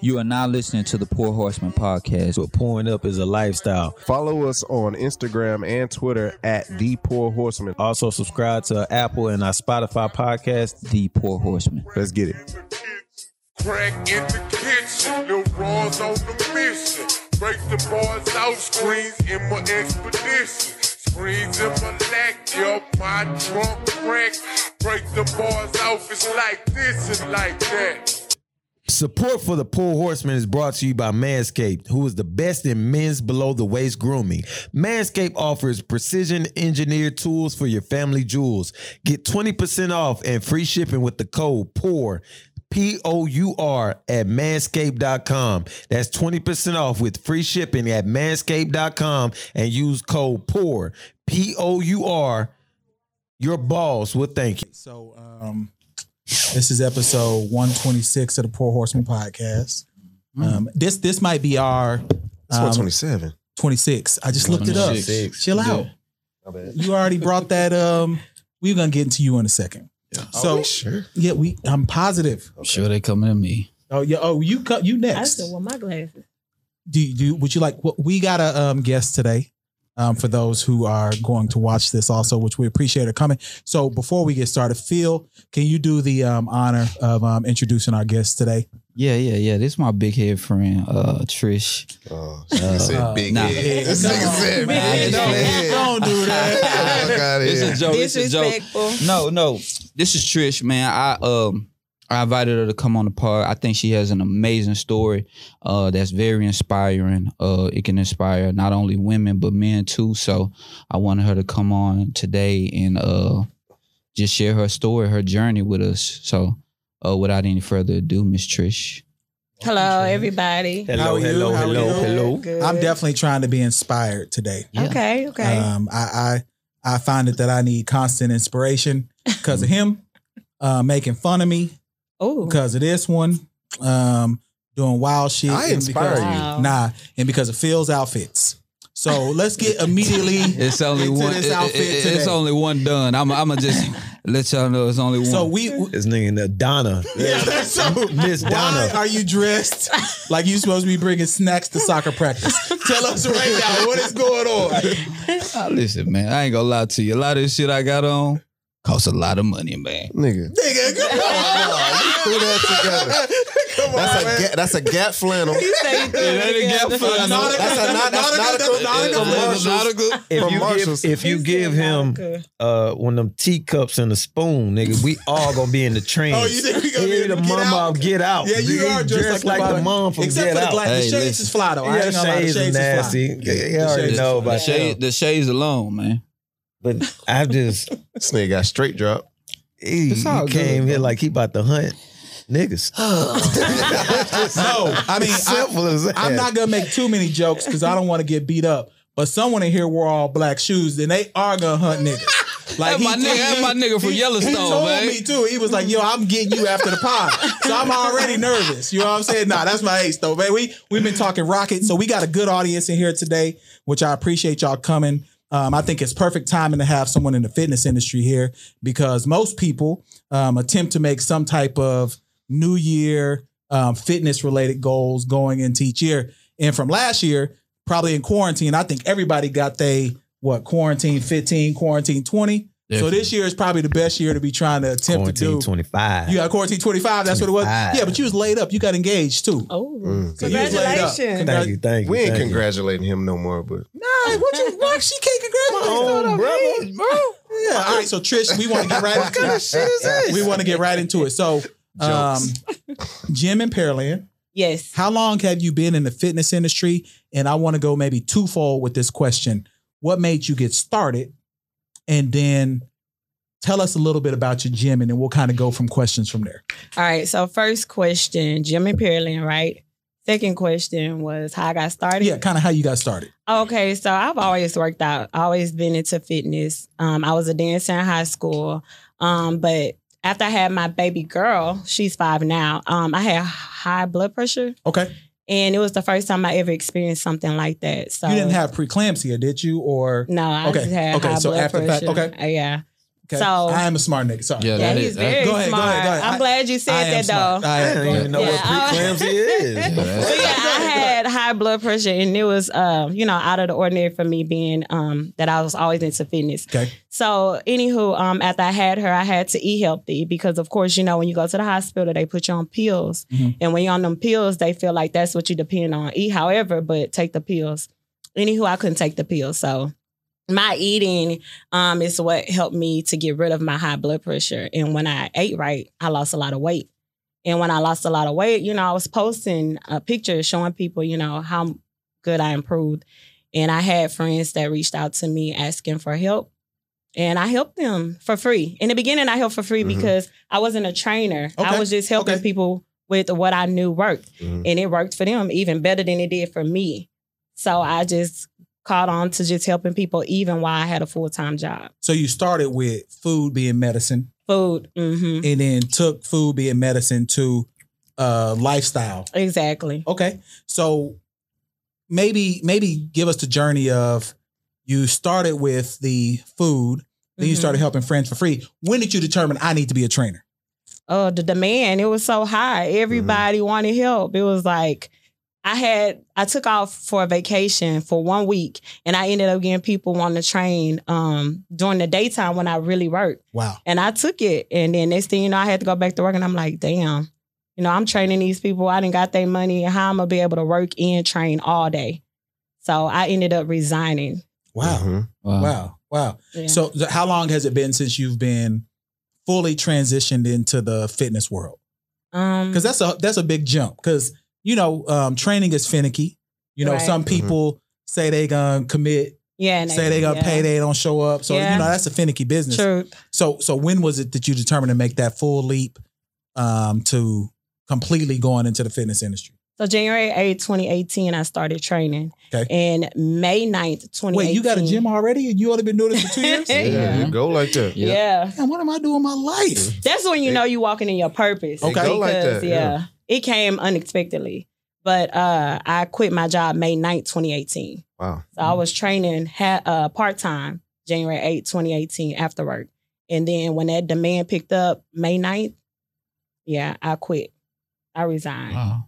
You are now listening to the Poor Horseman podcast. But pouring up is a lifestyle. Follow us on Instagram and Twitter at The Poor Horseman. Also, subscribe to our Apple and our Spotify podcast. The Poor Horseman. Let's get it. Crack in the kitchen, the raws on the mission. Break the bars out, screens in my expedition. Screens in my lack, yo, my trunk crack. Break the bars out, it's like this and like that. Support for the Poor Horseman is brought to you by Manscaped, who is the best in men's below the waist grooming. Manscaped offers precision engineered tools for your family jewels. Get 20% off and free shipping with the code POUR, P O U R, at manscaped.com. That's 20% off with free shipping at manscaped.com and use code POUR, P O U R. Your balls will thank you. So, um, this is episode 126 of the Poor Horseman podcast. Um, this this might be our It's what um, 27. 26. I just looked it up. 26. Chill out. You already brought that. Um, we're gonna get into you in a second. So sure. yeah, we. I'm positive. I'm sure they coming to me. Oh yeah. Oh, you co- you I next. still want my glasses. Do you, do you- would you like? What, we got a um, guest today. Um, for those who are going to watch this also, which we appreciate are coming. So before we get started, Phil, can you do the um, honor of um, introducing our guest today? Yeah, yeah, yeah. This is my big head friend, uh, Trish. Uh, Oh, she said big nah. head. This Nah. nigga said big Nah, head. just playing. Don't do that. Fuck outta This here. is a joke. This is a joke. Disrespectful. No, no. This is Trish, man. I um I invited her to come on the pod. I think she has an amazing story uh, that's very inspiring. Uh, it can inspire not only women but men too. So I wanted her to come on today and uh, just share her story, her journey with us. So uh, without any further ado, Miss Trish. Hello, everybody. How Hello, are you? hello, How are hello, you? hello. Good. I'm definitely trying to be inspired today. Yeah. Okay, okay. Um, I, I I find it that I need constant inspiration because of him, uh, making fun of me oh, because of this one, um, doing wild shit. I and inspire because- you. Nah, and because of Phil's outfits. So let's get immediately. It's only Into one. this it- it- outfit it- it's today. only one done. I'm. I'm gonna just let y'all know it's only one. so we. This nigga in there, Donna. Yeah, that's so. Miss Why Donna. are you dressed like you supposed to be bringing snacks to soccer practice? Tell us right now what is going on. Ah, listen, man. I ain't gonna lie to you. A lot of this shit I got on costs a lot of money, man. Nigga. Nigga, come on. Oh, Threw that together. Come That's on, a man. ga- that's a gap flannel. That's not a- That's a not- that's nautical- nautical- that's nautical. It's a nautical- If From you, Marshalls. give, if you give him uh, one of them teacups and a spoon, nigga, we all gonna be in the train. Oh, you think we gonna be Hear able the to get mom out? out, get out. Yeah, you Nigga, are dressed like the like the mom. mom from Except Get for the Out. glasses. Hey, the shades listen. is fly though. I Yeah, ain't gonna lie, the shades shades are is fly. nasty. Yeah, you The already know shades is fly. about The, But shade, hell. the shades alone, man. But I just This nigga got straight drop. he, It's all he came good, here bro. like he about to hunt niggas. No, I mean, I, Simple as that. I'm not gonna make too many jokes because I don't want to get beat up. But someone in here wore all black shoes, and they are gonna hunt niggas. Like That's my nigga- that's my nigga from Yellowstone, He told man. me too. He was like, "Yo, I'm getting you after the pod," so I'm already nervous. You know what I'm saying? Nah, that's my ace though, man. We we've been talking rocket, so we got a good audience in here today, which I appreciate y'all coming. Um, I think it's perfect timing to have someone in the fitness industry here because most people um, attempt to make some type of new year um, fitness related goals going into each year. And from last year, probably in quarantine, I think everybody got they what quarantine 15, quarantine 20. So Definitely. this year is probably the best year to be trying to attempt to Quarantine do. 25. You got quarantine 25, that's what it was. 25. Yeah, but you was laid up. You got engaged too. oh, Mm. So you was laid up. Congratulations. Thank you, thank you. We ain't thank you. congratulating him no more, but Nah, what you, why she can't congratulate own you? brother. Yeah, all right. So Trish, we want to get right into it. We want to get right into it. So, um, Jim and Pearland, yes. how long have you been in the fitness industry? And I want to go maybe twofold with this question. What made you get started? And then tell us a little bit about your gym, and then we'll kind of go from questions from there. All right. So first question, Jimmy Pearland, right? Second question was how I got started. Yeah, kind of how you got started. Okay, so I've always worked out, always been into fitness. Um, I was a dancer in high school, um, but after I had my baby girl, she's five now. Um, I had high blood pressure, Okay. and it was the first time I ever experienced something like that. So You didn't have preeclampsia, did you? Or no, I Okay, just had okay, high so blood after the fact- pressure. okay. Uh, yeah, Okay? So- I am a smart nigga. Sorry. Yeah, Yeah, that he's is that- very Go ahead, go smart. ahead, go ahead. I'm I- glad you said I am that smart. though. I I am. don't even know Yeah, what I- preeclampsia is. Yeah, that's- but yeah, I had high blood pressure, and it was, um, you know, out of the ordinary for me being um, that I was always into fitness. Okay. So, anywho, um, after I had her, I had to eat healthy because, of course, you know, when you go to the hospital, they put you on pills, Mhm. and when you're on them pills, they feel like that's what you depend on. Eat, however, but take the pills. Anywho, I couldn't take the pills, so my eating um, is what helped me to get rid of my high blood pressure. And when I ate right, I lost a lot of weight. And when I lost a lot of weight, you know, I was posting a picture showing people, you know, how good I improved. And I had friends that reached out to me asking for help. And I helped them for free. In the beginning, I helped for free Mhm. because I wasn't a trainer. Okay. I was just helping Okay. people with what I knew worked. Mhm. And it worked for them even better than it did for me. So I just caught on to just helping people even while I had a full time job. So you started with food being medicine, Food. hmm and then took food being medicine to uh, lifestyle. Exactly. Okay. So maybe maybe give us the journey of you started with the food, then you Mhm. started helping friends for free. When did you determine I need to be a trainer? oh the demand it was so high everybody wanted help it was like i had i took off for a vacation for one week and i ended up getting people wanting to train um during the daytime when i really worked Wow. and i took it and then next thing you know i had to go back to work and i'm like damn you know i'm training these people i didn't got their money and how i'm gonna be able to work and train all day so i ended up resigning Wow. Mhm. wow. Wow. Wow. Yeah. So th- how long has it been since you've been fully transitioned into the fitness world? um Because that's a that's a big jump. Because you know, um, training is finicky. You know, Right. some people say they gonna commit, yeah and say they gonna yeah. pay, they don't show up. So Yeah. you know, that's a finicky business. true So so when was it that you determined to make that full leap um, to completely going into the fitness industry? So January 8th, 2018, I started training. Okay. And May 9th, 2018. Wait, you got a gym already, and you only been doing this for two years? Yeah. Yeah, you go like that. Yeah. Damn, what am I doing with my life? That's when you know you're walking in your purpose. Okay. go like Because, that, Yeah. yeah. It came unexpectedly. But uh, I quit my job May 9th, 2018. Wow. So I was training ha- uh, part time January 8th, 2018 after work. And then when that demand picked up May 9th, yeah, I quit. I resigned. Wow.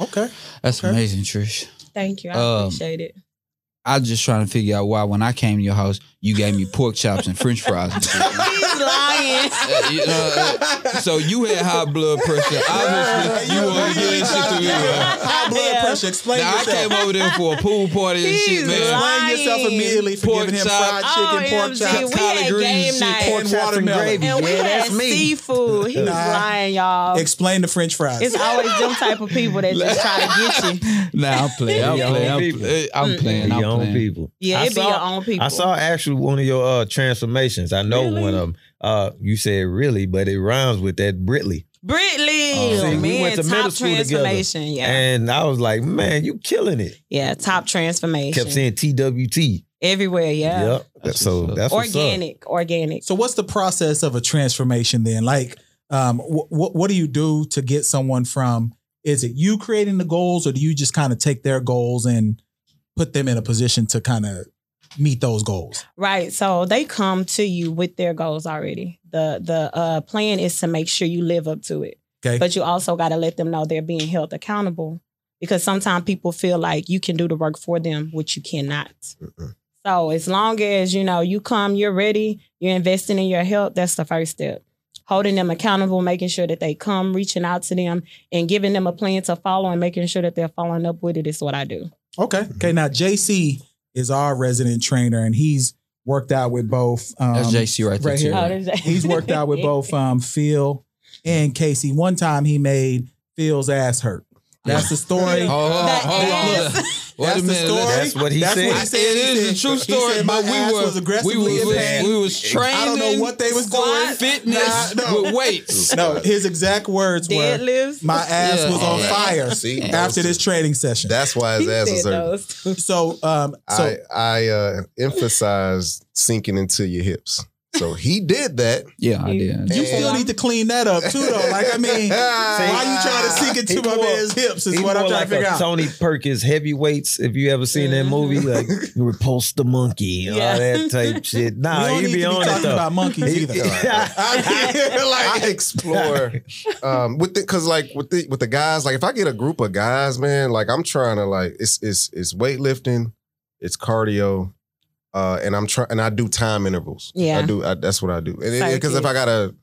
Okay. That's Okay. amazing, Trish. Thank you. I Um, appreciate it. I was just trying to figure out why when I came to your house, you gave me pork chops and French fries. And shit. He's lying. Uh, you know, uh, so you had high blood pressure. Obviously, you weren't getting shit to me. man. High blood Yeah. pressure. Explain Now I yourself. came over there for a pool party and He's shit, man. lying. Explain yourself immediately for Pork giving him chop. fried chicken, pork OMG, chops, Oh, we collard had greens, game shit, night. and watermelon. And we had seafood. He was Nah. lying, y'all. Explain the French fries. it's always them type of people that just try to get you. Nah, I'm playing. I'm Your playing. own I'm, people. pl- uh, I'm playing. I'm Your own playing. people. Yeah, I it be saw- your own people. I saw actually one of your uh, transformations. I know Really? one of them. Uh, you said really, but it rhymes with that Britley. Britley, Oh. See, we man, went to top middle school together. transformation. Yeah, And I was like, man, you killing it. yeah, top transformation. Kept saying TWT. Everywhere, yeah. Yep. That's so what's up. that's what's up. Organic, organic. so what's the process of a transformation then? Like, um, wh- wh- what do you do to get someone from? Is it you creating the goals, or do you just kind of take their goals and put them in a position to kind of meet those goals? Right. So they come to you with their goals already. The the uh, plan is to make sure you live up to it. Okay. But you also got to let them know they're being held accountable because sometimes people feel like you can do the work for them, which you cannot. So as long as you know you come, you're ready, you're investing in your health. That's the first step. Holding them accountable, making sure that they come, reaching out to them, and giving them a plan to follow, and making sure that they're following up with it is what I do. Okay. Okay. Now JC is our resident trainer, and he's worked out with both. Um, That's JC right there. right too. here. He's worked out with both um, Phil and Casey. One time he made Phil's ass hurt. That's the story. Oh, hold on, That hold on. ass. Wait That's a the minute. story. let's- That's what he That's said. what he said. It He is said- a true he story, said my but ass we were was aggressively we was, in pain. we, we was training. I don't know what they was doing. Fitness Nah, no. with weights. No, his exact words were, Deadlifts. "My ass Yeah. was on Yeah. fire See, after those- this training session." That's why his He ass is said hurt. those. So, um, so I I uh, emphasize sinking into your hips. So he did that. Yeah, I did. You still need to clean that up too, though. Like, I mean, why you trying to sink He into my wore- man's hips is He what I'm wore trying like to figure a out. Tony Perkins heavyweights. If you ever seen that movie, like repulse the monkey, and all Mm-hmm. Yeah. that type shit. we Nah, he don't need to be be on it talking though. about monkeys He- either. I explore um, with it because like with the with the guys, like if I get a group of guys, man, like I'm trying to like it's it's it's weightlifting, it's cardio, uh, and I'm trying and I do time intervals. Yeah. I do. I, that's what I do. And So because if cute. I got a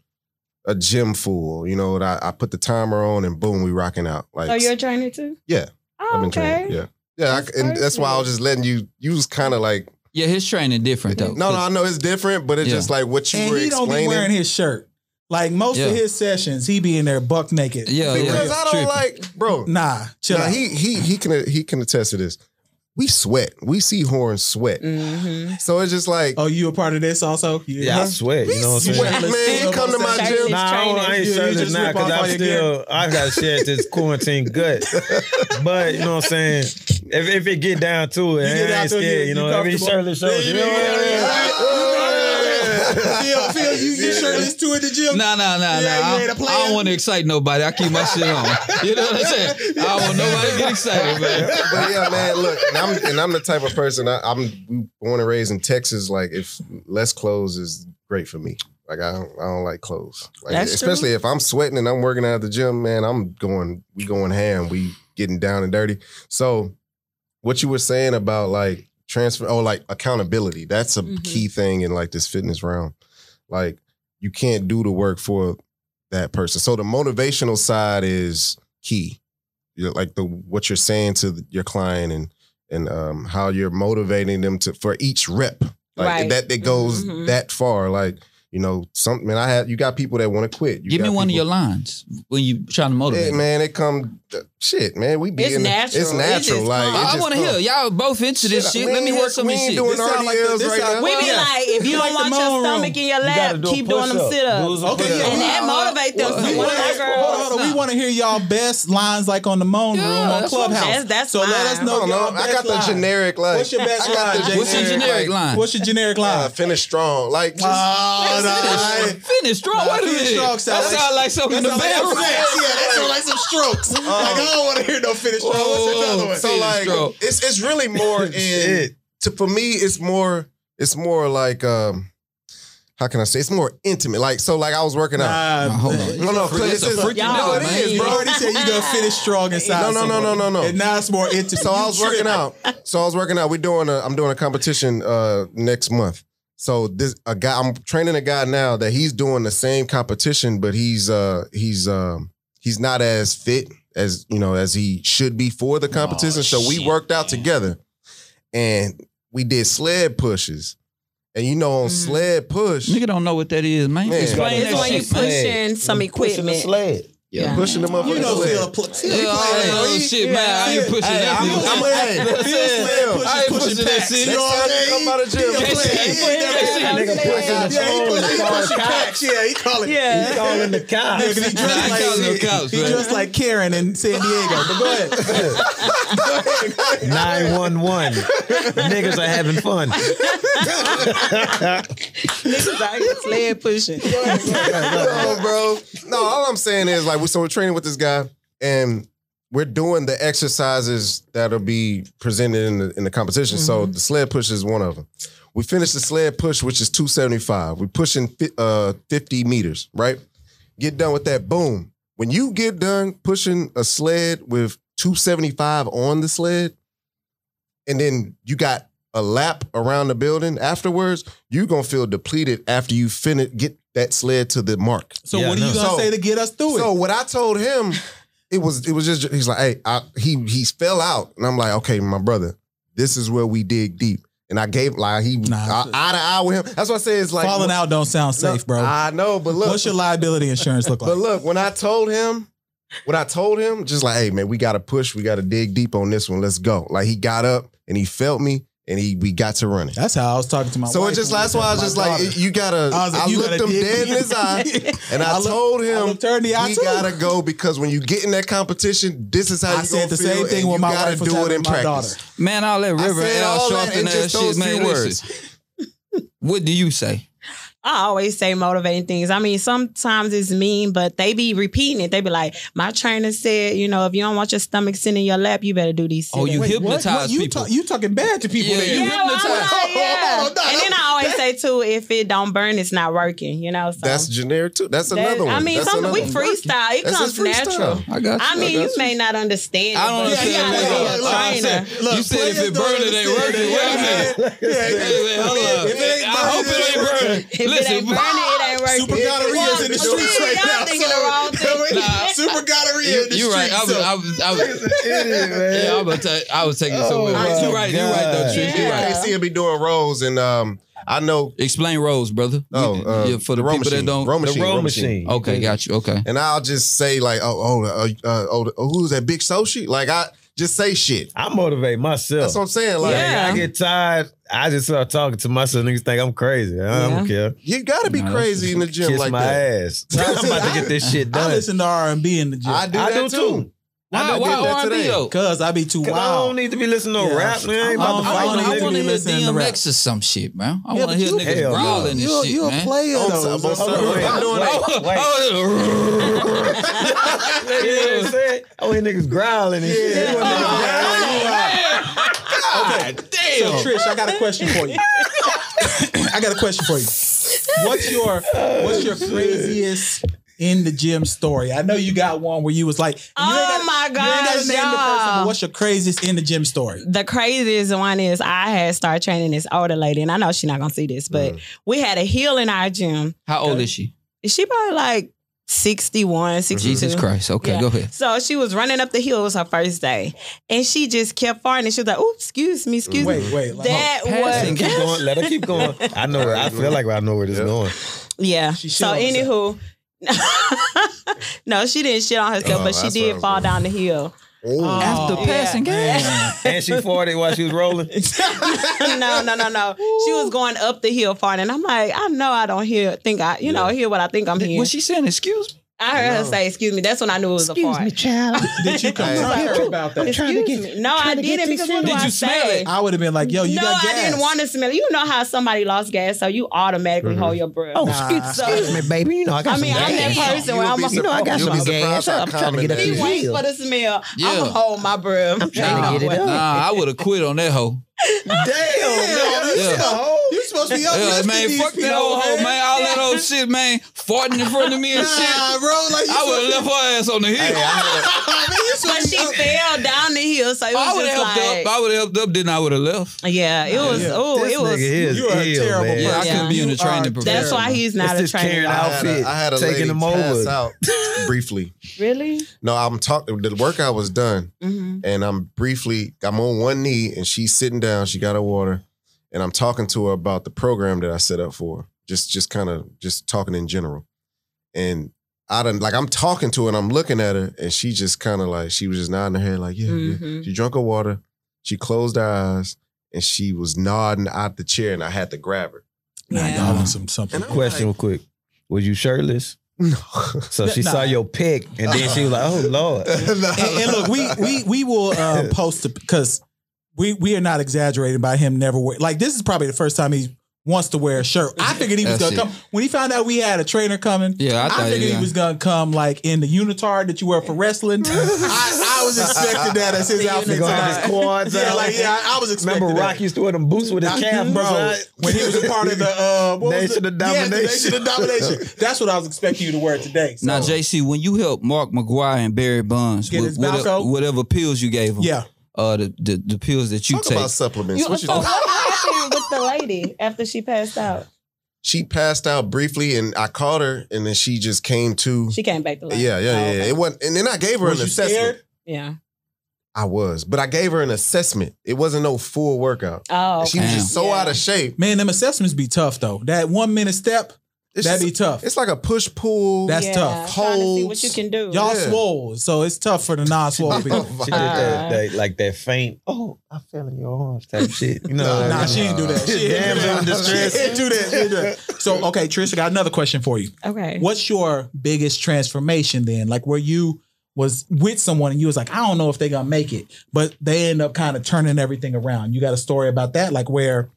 a gym full, you know, and I, I put the timer on and boom, we rocking out. Like So Oh, you're a trainer too? Yeah. Oh, I've been okay. training. Yeah. Yeah, I, That's and that's why I was perfect. just letting you. You was kind of like, Yeah, his training different though. no, no, I know it's different, but it's Yeah. just like what you And were he don't be explaining. wearing his shirt. Like most Yeah. of his sessions, he be in there buck naked. Yeah, yeah. because I don't Tripping. like, bro. Nah, chill Nah, out. he he he can he can attest to this. We sweat. We see horns sweat. Mm-hmm. So it's just like oh, you a part of this also? Uh-huh. You- Yeah, I huh? sweat. we You know what I'm saying? sweat, saying? man. You come to my gym. Shirtless. Nah, I, don't, I ain't You- you shirtless just now rip off because all I'm your still I got shit this quarantine gut. But you know what I'm saying? If, if it get down to it, You I get down ain't to it, scared. you- You know, you every comfortable. shirtless shows. You know what I mean? Phil, Phil, you you shirtless too in the gym? No, no, no, no. Yeah, you I ain't a I player. don't want to excite nobody. I keep my shit on. You know what I'm saying? I don't want nobody to get excited, man. but yeah, man, look, and I'm and I'm the type of person I, I'm born and raised in Texas. Like, if less clothes is great for me. Like, I don't, I don't like clothes. Like, That's especially if I'm sweating and I'm working out at the gym, man. I'm going, we going ham. We getting down and dirty. So, what you were saying about like transfer, oh, like accountability. That's a Mhm. key thing in like this fitness realm. Like, you can't do the work for that person. So the motivational side is key. You know, like the what you're saying to the- your client and and um, how you're motivating them to for each rep. Like Right. that it goes Mhm. that far. Like you know something. Man, I have you got people that want to quit. You Give me got one of your people- lines when you trying to motivate. Hey, me. man, it come shit, man. We be It's in the- natural. It's It natural. just like come. it I, just want to come. hear y'all both into this Shit, shit. we Let ain't me hear work- some of we this ain't shit. doing This sound like the- RDLs this right sound- now. We Well, be yeah. like, if you, You don't like the want your moan room. stomach in your You gotta lap, do a keep doing them push-up. sit ups. Dudes will Okay, push yeah. up. And that motivate them. Well, So one of my girls. Hold on, we want to hear y'all best lines like on the Moan Yeah, Room on that's what- Clubhouse. that's- that's so let us mine. I know. don't know. y'all I got best the line. generic like. What's your best I got line, the Jay? What's your generic line? What's your generic Uh, line? finish strong. Like just, Oh, no, I- Finish, finish strong. Nah, Wait a finish minute. strong sound that like- sound like something in the That sound bedroom. like some sex. Yeah, that sound like some strokes. like, I don't want to hear no finish stroke. What's another one? Oh. so like stroke. it's it's really more in Shit. to for me it's more it's more like um how can I say it's more intimate like so like I was working out Nah, Nah, hold on. man. no no It's a it's just- freaky Y'all no it nigga, is You bro already said you gonna finish strong inside. No, no, no, someone. no, no, no. And now it's more intimate. so I was You working tripping. out so I was working out we're doing a I'm doing a competition uh next month so this a guy I'm training a guy now that he's doing the same competition but he's uh he's um he's not as fit as you know as he should be for the competition. so we shit, worked out man. together, and we did sled pushes, and you know on Mhm. sled push, Nigga don't know what that is, man. Man. Explain Right. It's that when you shit, man. pushing Pushing some the equipment. sled. Yeah. pushing the motherfucking You know, sled. Phil, pl- Phil, Yeah, he all playing, that bro. other He- shit, man. I ain't pushing Hey, that. I'm nigga. I'm a- hey, Phil sled I ain't pushes, pushing pushing that packs. shit. You know what Next time I'm you saying? come by the He- gym, he Phil a player. He ain't never- Casey, Yeah, Nigga pushing the Yeah, he phone. pushing- he pushing packs. Yeah, he calling. He Yeah. calling the cops. Because he Nah, dressed I like call no cops, he man. dressed like Karen in San Diego. But go ahead. 911. Niggas are having fun. Niggas out here sled pushing. no, bro. No, all I'm saying is like we so we're training with this guy and we're doing the exercises that'll be presented in the in the competition. So the sled push is one of them. We finished the sled push, which is 275. We're pushing fi- uh 50 meters, right? Get done with that. Boom. When you get done pushing a sled with 275 on the sled, and then you got a lap around the building afterwards, you're gonna feel depleted after you finish get that sled to the mark. So Yeah, what are no. you gonna So- say to get us through So it? what I told him, it was it was just he's like, hey, I, he he fell out, and I'm like, okay, my brother, this is where we dig deep, and I gave like he Nah, I, eye to eye with him. That's why I say it's like Falling out don't sound No, safe, bro. I know, but look, What's your liability insurance look but like? look, when I told him, when I told him, just like, hey man, we gotta push, we gotta dig deep on this one. Let's go. Like he got up and he felt me, and he we got to running. That's how I was talking to my. So wife it's just when we that's why I was had just my like, daughter. you gotta. I, was like, you looked gotta him dig dead in deep. his eye, and I, I look- told I him looked her in the eye we too. gotta go because when you get in that competition, this is how I you said gonna the feel, same thing and when you my gotta wife was do it having in my practice. daughter. Man, all that River said L. all that Sharpton in ass just those shit, man. few Listen, what do you say? I always say motivating things. I mean, sometimes it's mean, but they be repeating it. They be like, "My trainer said, you know, if you don't want your stomach sitting in your lap, you better do these." Oh, you sit-ups." hypnotize you people. talk- you talking bad to people. Yeah. that you yeah, well, I'm hypnotized. like, yeah. Hold on, hold on, and then I always say too, if it don't burn, it's not working. You know, so That's generic too. That's That- another one. I mean, That's some, another we one. freestyle. It That's comes just freestyle. natural. I got you. I mean, you may not understand. I don't it, but you understand gotta that. be a That's what I trainer. said. You said if it burn, it ain't working. Wait a minute. Wait, hold up. If it ain't I hope it ain't burning. If it ain't Listen, burning, it ain't working. Super gonorrhea's in the Well, streets see, right y'all now. thinking so- the wrong thing. Nah. Super gonorrhea in the you, are right. I streets. was, so- I was, I was, yeah, I was, ta- I was taking it somewhere. my else. you right. You right though. God. Trish. You right. Yeah. KC will be doing roles, and um, I know. Explain rows, brother. Oh, You- uh, yeah, for the row people machine. that don't. row The machine, row row machine. Okay, got you. Okay. and I'll just say like, oh, oh, uh, uh, oh, oh, who's that big Soshi? Like I just say shit. I motivate myself. That's what I'm saying. Like Yeah. I get tired. I just start talking to myself. Niggas think I'm crazy. I don't care. you got to be No, that's crazy in the gym Kiss like my that. ass. I'm about to get this shit I done. listen to R and B in the gym I do I that do too. too. Why, done why did that R&B today. though? because I be too Cause I don't wild. need to be listening to Yeah. rap, man. I ain't I about to don't- I I fight want don't no need to to be nigga. hear listening to rap. DMX or some shit, man. I want Yeah, to but hear you- niggas Hell no. growling and You're, shit, you're a man. player Oh, On though. some- on so- some- I'm doing that. oh, You know what I'm saying? Oh, hear niggas growling and shit. They want niggas growling. God So, damn. Trish, I got a question for you. I got a question for you. What's your what's your craziest in the gym story? I know you got one where you was like, you ain't Oh my you ain't gotta gosh, name the person, but y'all. what's your craziest in the gym story? the craziest one is I had started training this older lady, and I know she's not gonna see this, but we had a heel in our gym. How old is she? She probably like 61, 62. Jesus Christ. Okay, Yeah. go ahead. So she was running up the hill. It was her first day, and she just kept farting. And she was like, "Ooh, excuse me, excuse me." Wait, wait. Like, That passing. was Let her keep going. Let her keep going. I know. Where, I feel like I know where this is going. yeah. She shit So on anywho, herself. no, she didn't shit on herself, Oh, but she that's what I did was fall going. down the hill. Oh, After Yeah. passing gas. And she farted while she was rolling. no, no, no, no. She was going up the hill farting. And I'm like, I know I don't hear, think I, you know, hear what I think I'm hearing. Was she saying, excuse me? I heard her say, "Excuse me." That's when I knew it was a fart. child. did you confront her about that? trying to Excuse get- me. No, I trying to get didn't this because what in. do Did I you smell say? it? I would have been Oh, like, yo, you no, got I gas. didn't want to smell it. You know how somebody lost gas, so you automatically hold your breath. Oh, Nah. excuse, excuse me, baby. You know I got I some mean, I'm gas. that person where I'm be a, You know I got You'll be some gas. surprised how I'm trying to get up common this he waits hill. for the smell. I'm Yeah. gonna hold my breath. I'm trying to get it up. Nah, I would have quit on that hoe. Damn, no, you Yeah. should have hoe. You supposed to be up Yeah, lifting man, these fuck that people, old hoe, man. All that old shit, man. Farting in front of me and shit. Nah, bro, like you I would have left her ass on the hill. But she fell down the hill, so it I was would have just helped like, up. I would have helped up. Then I would have left. yeah, it was. Yeah. Oh, this it was. nigga here is You are a ill, terrible man. Yeah, I Yeah. couldn't be in the You are training terrible. profession. That's why he's It's not a this trainer. carrying I dog. had a, I had a Taking lady them pass over. out briefly. Really? No, I'm talking. The workout was done, Mm-hmm. and I'm briefly. I'm on one knee, and she's sitting down. She got her water, and I'm talking to her about the program that I set up for. her. Just, just kind of, just talking in general. And I done like I'm talking to her, and I'm looking at her, and she just kind of like she was just nodding her head, like yeah, yeah. Mhm. She drank her water. She closed her eyes, and she was nodding out the chair, and I had to grab her. Nah, Yeah. y'all on some something. And I'm Question, real like- quick. Was you shirtless? No. So she Nah. saw your pic, and then she was like, "Oh Lord." and, and look, we we we will uh, post because we we are not exaggerating about him never wear like this is probably the first time he wants to wear a shirt. I figured he was That's gonna come when he found out we had a trainer coming. Yeah, I I, thought figured yeah. he was gonna come like in the unitard that you wear for wrestling. I, I was expecting that as his The outfit. Nigga had his tonight. quads Yeah, out. like yeah, I, I was expecting. Remember, that. Rock used to wear them boots with his calf, bro. bro. When he was uh, a part of the uh, what was Nation the, of Yeah, the Domination. Nation of Domination. That's what I was expecting you to wear today. So. Now, JC, when you helped Mark McGuire and Barry Bonds Get with his whatever, Balco? whatever pills you gave them, yeah. uh, the, the the pills that you Talk take, about supplements. You, What you so doing? what happened with the lady after she passed out? she passed out briefly and I caught her and then she just came to. She came back to life. yeah, yeah, Oh, yeah. okay. It wasn't, and then I gave her Was an you assessment. scared? Yeah. I was, but I gave her an assessment. It wasn't no full workout. Oh, She was okay. just so Yeah. out of shape. Man, them assessments be tough though. That one minute step, It's, that'd be just- tough. it's like a push pull. That's yeah. tough. Trying to see what you Holds. can do. Y'all Yeah. swole, so it's tough for the non-swole people. She Uh, did that, that- like that faint. Oh, I fell in your arms type shit. You know, Nah, nah, like- she didn't do that. She Damn, didn't I'm do that. distressed. She didn't do that. She didn't do that. So, okay, Trisha, got another question for you. Okay. What's your biggest transformation then? Like where you was with someone and you was like, I don't know if they gonna make it, but they end up kind of turning everything around. You got a story about that, like where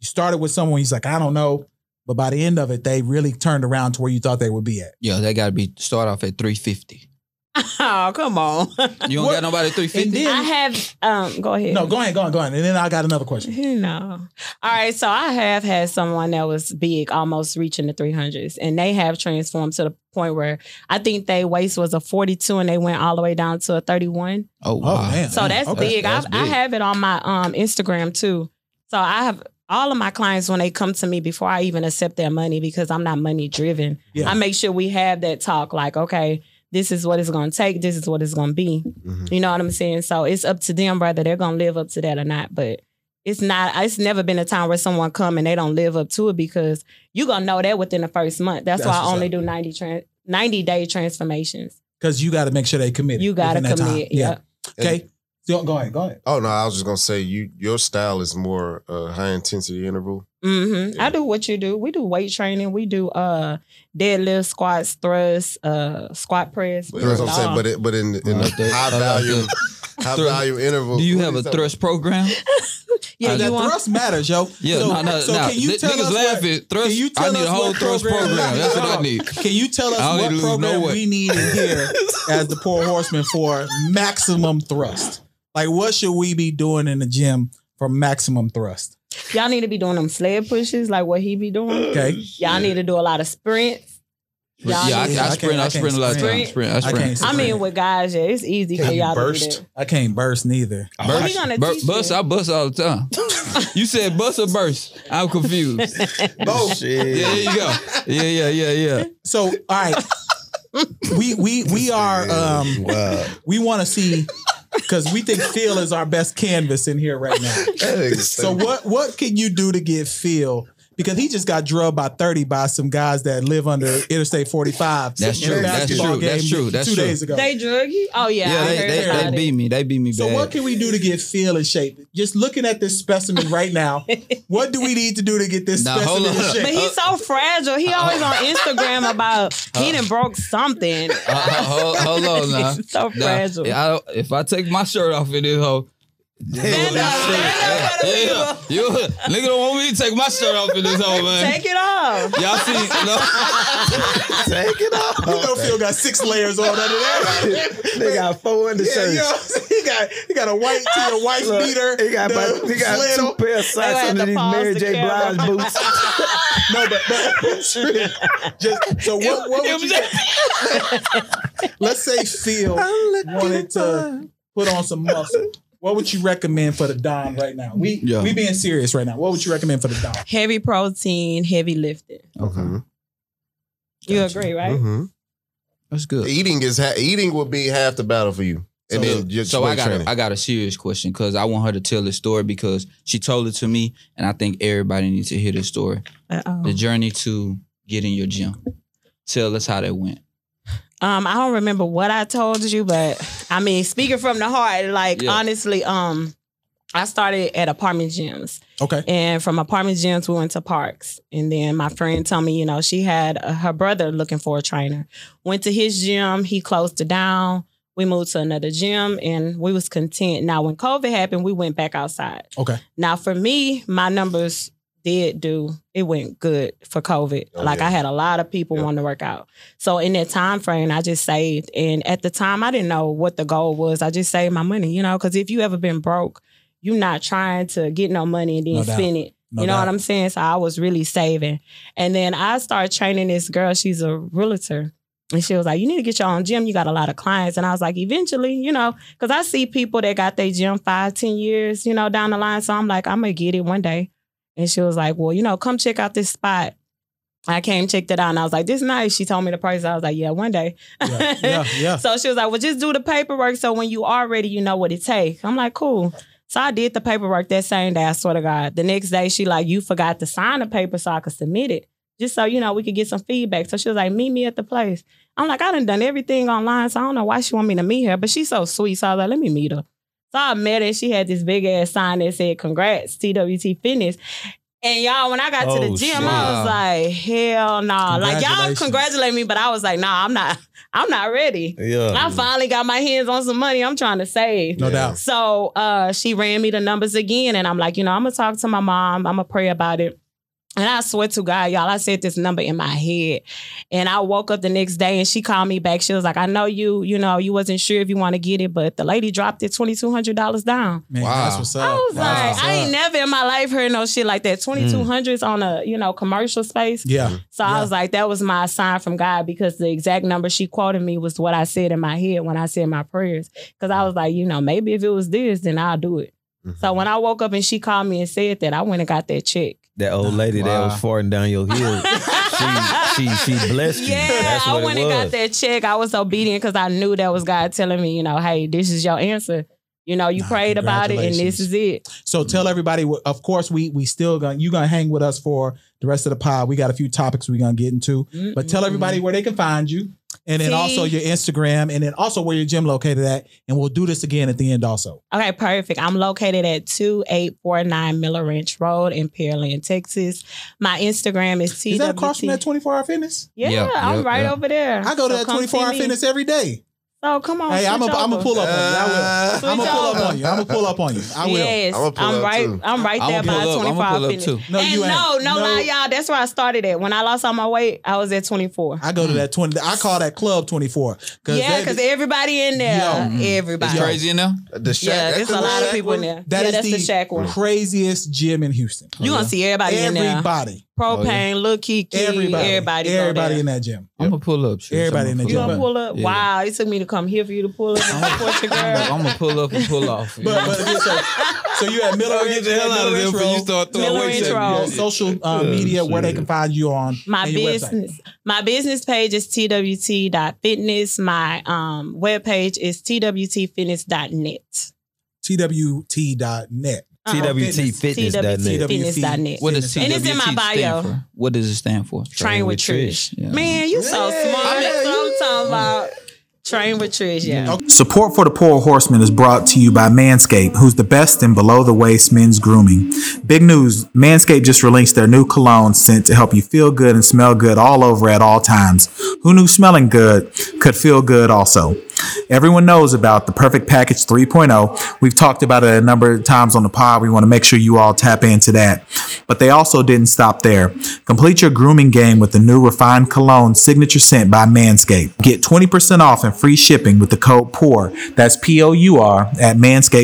you started with someone, he's like, I don't know, But by the end of it, they really turned around to where you thought they would be at. Yeah, they got to be start off at 350. Oh, come on. You don't got nobody at 350? And I have um go ahead. No, go ahead, go on, go on. And then I got another question. No. All right. So I have had someone that was big, almost reaching the 300s, and they have transformed to the point where I think they waist was a 42 and they went all the way down to a 31. oh, wow. man. So that's, Okay. big. That's I, I big. have it on my um, Instagram too. So I have all of my clients when they come to me before I even accept their money because I'm not money driven. Yeah. I make sure we have that talk like, okay, this is what it's going to take. This is what it's going to be. Mhm. You know what I'm saying? So it's up to them whether they're going to live up to that or not. But it's not, it's never been a time where someone come and they don't live up to it because you're going to know that within the first month. That's, That's why I what's only up. do 90, tran 90 day transformations. Because you got to make sure they commit. You got to commit. Yeah. Okay. So, go ahead. Go ahead. Oh no, I was just gonna say you your style is more uh, high intensity interval. hmm Yeah. I do what you do. We do weight training. We do uh deadlift, squats, thrusts, uh squat press. But that's what I'm saying. Oh. But it, but in in Oh, a that- high I like value that. high Thrust. value Oh, interval. Do you have a What is that? thrust program? yeah, I- That you want thrust matters, yo. Yeah, so, no, no, so no. Can you Th- tell niggas us laugh what, at thrust. can you I tell need us a whole what thrust program. That's what I need. Can you tell us I don't need what to lose program no weight. we need in here as the poor horseman for maximum thrust? Like, what should we be doing in the gym for maximum thrust? y'all need to be doing them sled pushes like what he be doing. Okay. Y'all need to do a lot of sprints. Y'all yeah, I, need I, I sprint. I, can't- I can't sprint a lot of sprint. times. Sprint. I I can't sprint. I mean with guys, yeah, it's easy for y'all burst? to do I can't burst neither. that. But we gonna Bur- teach bust. you. I bust all the time. you said bust or burst? I'm confused. Oh, Yeah, there you go. Yeah, yeah, yeah, yeah. So, all right. we we we are um Wow. we want to see because we think Phil is our best canvas in here right now. So what what can you do to get Phil? Because he just got drubbed by thirty by some guys that live under Interstate forty five. That's true. That's true. That's true. That's two true. days ago. They drug you? Oh yeah. Yeah, I they, heard they, about they it. beat me. They beat me so bad. what can we do to get Phil in shape? Just looking at this specimen right now, what do we need to do to get this Now, hold specimen in on. shape? But he's so fragile. He always on Instagram about he done broke something. Uh, hold, hold on now. He's so Nah, fragile. yeah, I don't- if I take my shirt off in this hoe, Stand up, stand up for the yeah, yeah, people. you nigga don't want me to take my shirt off in this hoe, man. Take it off. Y'all see? No, Take it off. You know Phil got six layers on under there. They got four Yeah, undershirts. you know what I'm saying? he got he got a white tee, a white Look, beater. He got, the about, he got flannel. two pair of They socks had under to these pause Mary the J. camera. Blige boots. No, but, but just so what, what would you let's say Phil wanted to put on some muscle. What would you recommend for the Don right now? We Yeah. we being serious right now. What would you recommend for the Don? Heavy protein, heavy lifting. Mhm. You agree, right? Mhm. that's good. Eating is ha- eating will be half the battle for you, so, and then your so I weight got training. a, I got a serious question because I want her to tell this story because she told it to me and I think everybody needs to hear this story. The Uh-oh. journey to getting your gym. Tell us how that went. Um, I don't remember what I told you, but I mean, speaking from the heart, like Yeah. honestly, um, I started at apartment gyms. Okay. And from apartment gyms, we went to parks. And then my friend told me, you know, she had uh, her brother looking for a trainer. Went to his gym. He closed it down. We moved to another gym, and we was content. Now, when COVID happened, we went back outside. Okay. Now, for me, my numbers did do it went good for COVID. Oh, like yeah. I had a lot of people Yeah. wanting to work out. So in that time frame, I just saved. And at the time, I didn't know what the goal was. I just saved my money, you know, because if you ever been broke, you're not trying to get no money and then No doubt. spend it. No you know doubt. what I'm saying? So I was really saving. And then I started training this girl. She's a realtor. And she was like, You need to get your own gym. You got a lot of clients. And I was like, Eventually, you know, because I see people that got their gym five, ten years, you know, down the line. So I'm like, I'm going to get it one day. And she was like, Well, you know, come check out this spot. I came, checked it out, and I was like, This nice. She told me the price. I was like, Yeah, one day. Yeah, yeah, yeah. So she was like, Well, just do the paperwork. So when you are ready, you know what it takes. I'm like, Cool. So I did the paperwork that same day, I swear to God. The next day, she like, You forgot to sign the paper so I could submit it. Just so you know, we could get some feedback. So she was like, Meet me at the place. I'm like, I done done everything online, so I don't know why she want me to meet her, but she's so sweet. So I was like, let me meet her. So I met her. She had this big ass sign that said, Congrats, TWT Fitness. And y'all, when I got to the Oh, gym, shit. I was like, hell no. Like y'all Congratulations. congratulate me, but I was like, nah, I'm not, I'm not ready. Oh, Yeah. I finally got my hands on some money I'm trying to save. No doubt. So uh, she ran me the numbers again, and I'm like, you know, I'm gonna talk to my mom. I'm gonna pray about it. And I swear to God, y'all, I said this number in my head. And I woke up the next day and she called me back. She was like, I know you, you know, you wasn't sure if you want to get it, but the lady dropped it $2,200 down. Man, Wow. that's what's up. I was That's like, what's I ain't up. never in my life heard no shit like that. 2200s on a, you know, commercial space. Yeah. So I was like, that was my sign from God because the exact number she quoted me was what I said in my head when I said my prayers. Because I was like, you know, maybe if it was this, then I'll do it. Mm-hmm. So when I woke up and she called me and said that, I went and got that check. That old lady Wow. that was farting down your hill. she, she she blessed you. Yeah, That's I what went it and was. got that check. I was obedient because I knew that was God telling me, you know, hey, this is your answer. You know, you Nah, prayed about it, and this congratulations. is it. So tell everybody. what- Of course, we we still gonna you gonna hang with us for the rest of the pod. We got a few topics we gonna get into, but tell everybody where they can find you, and then Mm-hmm. See? also your Instagram, and then also where your gym located at. And we'll do this again at the end also. Okay, perfect. I'm located at 2849 Miller Ranch Road in Pearland, Texas. My Instagram is TWT. Is that across from that 24 hour fitness? yeah, Yep, I'm yep, right yep. over there. I go to So that come 24 hour see me. fitness every day. So come on. Hey, I'm switch gonna over. pull up on you. I will. Uh, Switch I'm gonna pull over. up on you. I'm gonna pull up on you. I will. Yes, I'ma I'm, pull up, right. too. I'm right there I'ma by pull up. I'ma 24 pull up, fitness. too. No, and you ain't. no, no, No. lie, y'all. That's where I started at. When I lost all my weight, I was at 24. I go to that 20. I call that club 24. yeah, that- because everybody in there, Yo. everybody. It's crazy in there. The Shaq, Yeah, that's there's the a lot little of Shaq people one? in there. that yeah, is that's the, the shack one. craziest gym in Houston. You gonna see everybody, in there. Everybody. Propane, Lil Kiki, Everybody. Everybody. everybody, everybody in that gym. I'm gonna pull up. Sharice. I'ma Everybody in the You pull gym. gonna up. pull up? Yeah. Wow, it took me to come here for you to pull up and support your girl. I'm gonna pull up and pull off. you But, know? but so, so you at Miller. Get the hell out of there Miller before you Intro, start Miller throwing Oh, weights at me. Intro. your social uh, media where they can find you on my and your business my business page is twt.fitness my um webpage is twtfitness.net website. twt.net. Uh-uh. TWT Fitness. doesn't it? twtfitness.net What does And it's in my TWT bio. stand for? What does it stand for? train with trish Yeah. man you so smart that's what i'm talking about train with trish yeah Support for the Poor Horseman is brought to you by Manscaped, who's the best in below the waist men's grooming. Big news Manscaped just released their new cologne scent to help you feel good and smell good all over at all times. Who knew smelling good could feel good also? Everyone knows about the Perfect Package 3.0. We've talked about it a number of times on the pod. We want to make sure you all tap into that. But they also didn't stop there. Complete your grooming game with the new refined cologne signature scent by Manscaped. Get 20% off and free shipping with the code POUR. That's P O U R at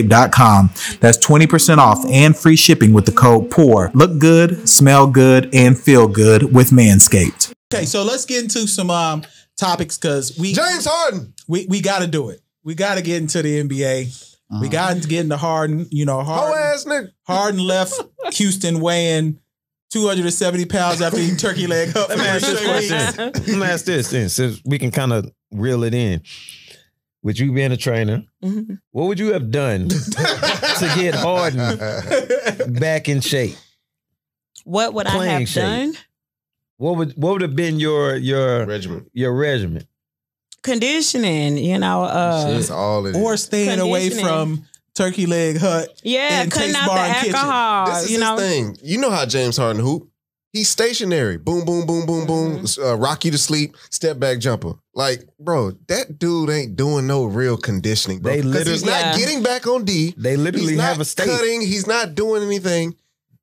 manscaped.com. That's 20% off and free shipping with the code POUR. Look good, smell good, and feel good with Manscaped. Okay, so let's get into some um, topics because we James Harden. we we got to do it. We got to get into the NBA. We got to get into Harden. You know, Whole Harden, ass nigga. Harden left Houston weighing 270 pounds after eating turkey leg up. Let me ask this That's question. Let me ask this then, since we can kind of reel it in. With you being a trainer, Mhm. what would you have done to get Harden back in shape? what would i Playing have shape. done What would what would have been your your Regiment. your regimen? conditioning you know uh That's all it is. or staying away Conditioning. from turkey leg hut. yeah And cutting taste out the bar and kitchen. alcohol this is Uh, you know his thing. You know how James Harden hoop. He's stationary. Boom, boom, boom, boom, Mm-hmm. boom. Uh, rock you to sleep. Step back jumper. Like, bro, that dude ain't doing no real conditioning, bro. They Because he's literally- not Yeah. getting back on D. They literally he's not have a state. cutting. He's not doing anything.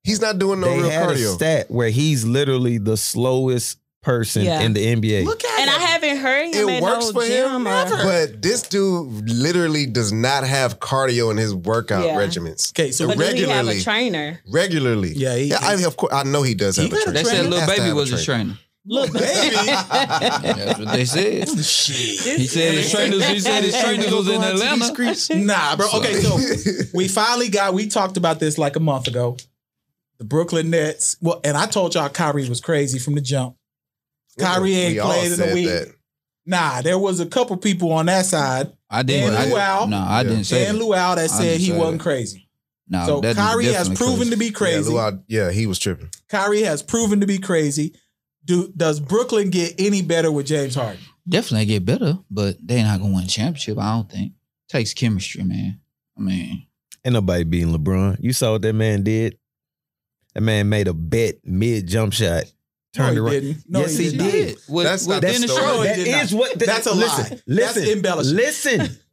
He's not doing no they real had a cardio. stat where he's literally the slowest person Yeah. in the NBA. Look at and i it. haven't heard him It at works no for him, gym or- but this dude literally does not have cardio in his workout Yeah. regimens. Okay, so but do we have a regularly. trainer Regularly, Yeah, he- I, of course, I know he does have a got a trainer. They said He little has to baby have was a trainer. look, baby. That's what they said. Shit. He said his trainers. He said his trainers was in Atlanta. Nah, bro. Okay, so we finally got. We talked about this like a month ago. The Brooklyn Nets. Well, and I told y'all Kyrie was crazy from the jump. Kyrie ain't We all played in a said week. that. Nah, there was a couple people on that side, I didn't. And I, Luau. no, I didn't say. and that. Luau, that I said he understand wasn't that. crazy. No, so that is Kyrie has definitely proven crazy. to be crazy. Yeah, Luau, yeah, he was tripping. Kyrie has proven to be crazy. Do does Brooklyn get any better with James Harden? definitely get better, but they not gonna win a championship. I don't think. Takes chemistry, man. I mean, Ain't nobody beating LeBron. You saw what that man did. That man made a bet mid jump shot. Turned no, he around. didn't. No, Yes, he did not. did. With, That's with not the Dennis story. Schroeder. No, he That did is not. what. that- That's a listen, lie. That's Listen, embellishment. Listen,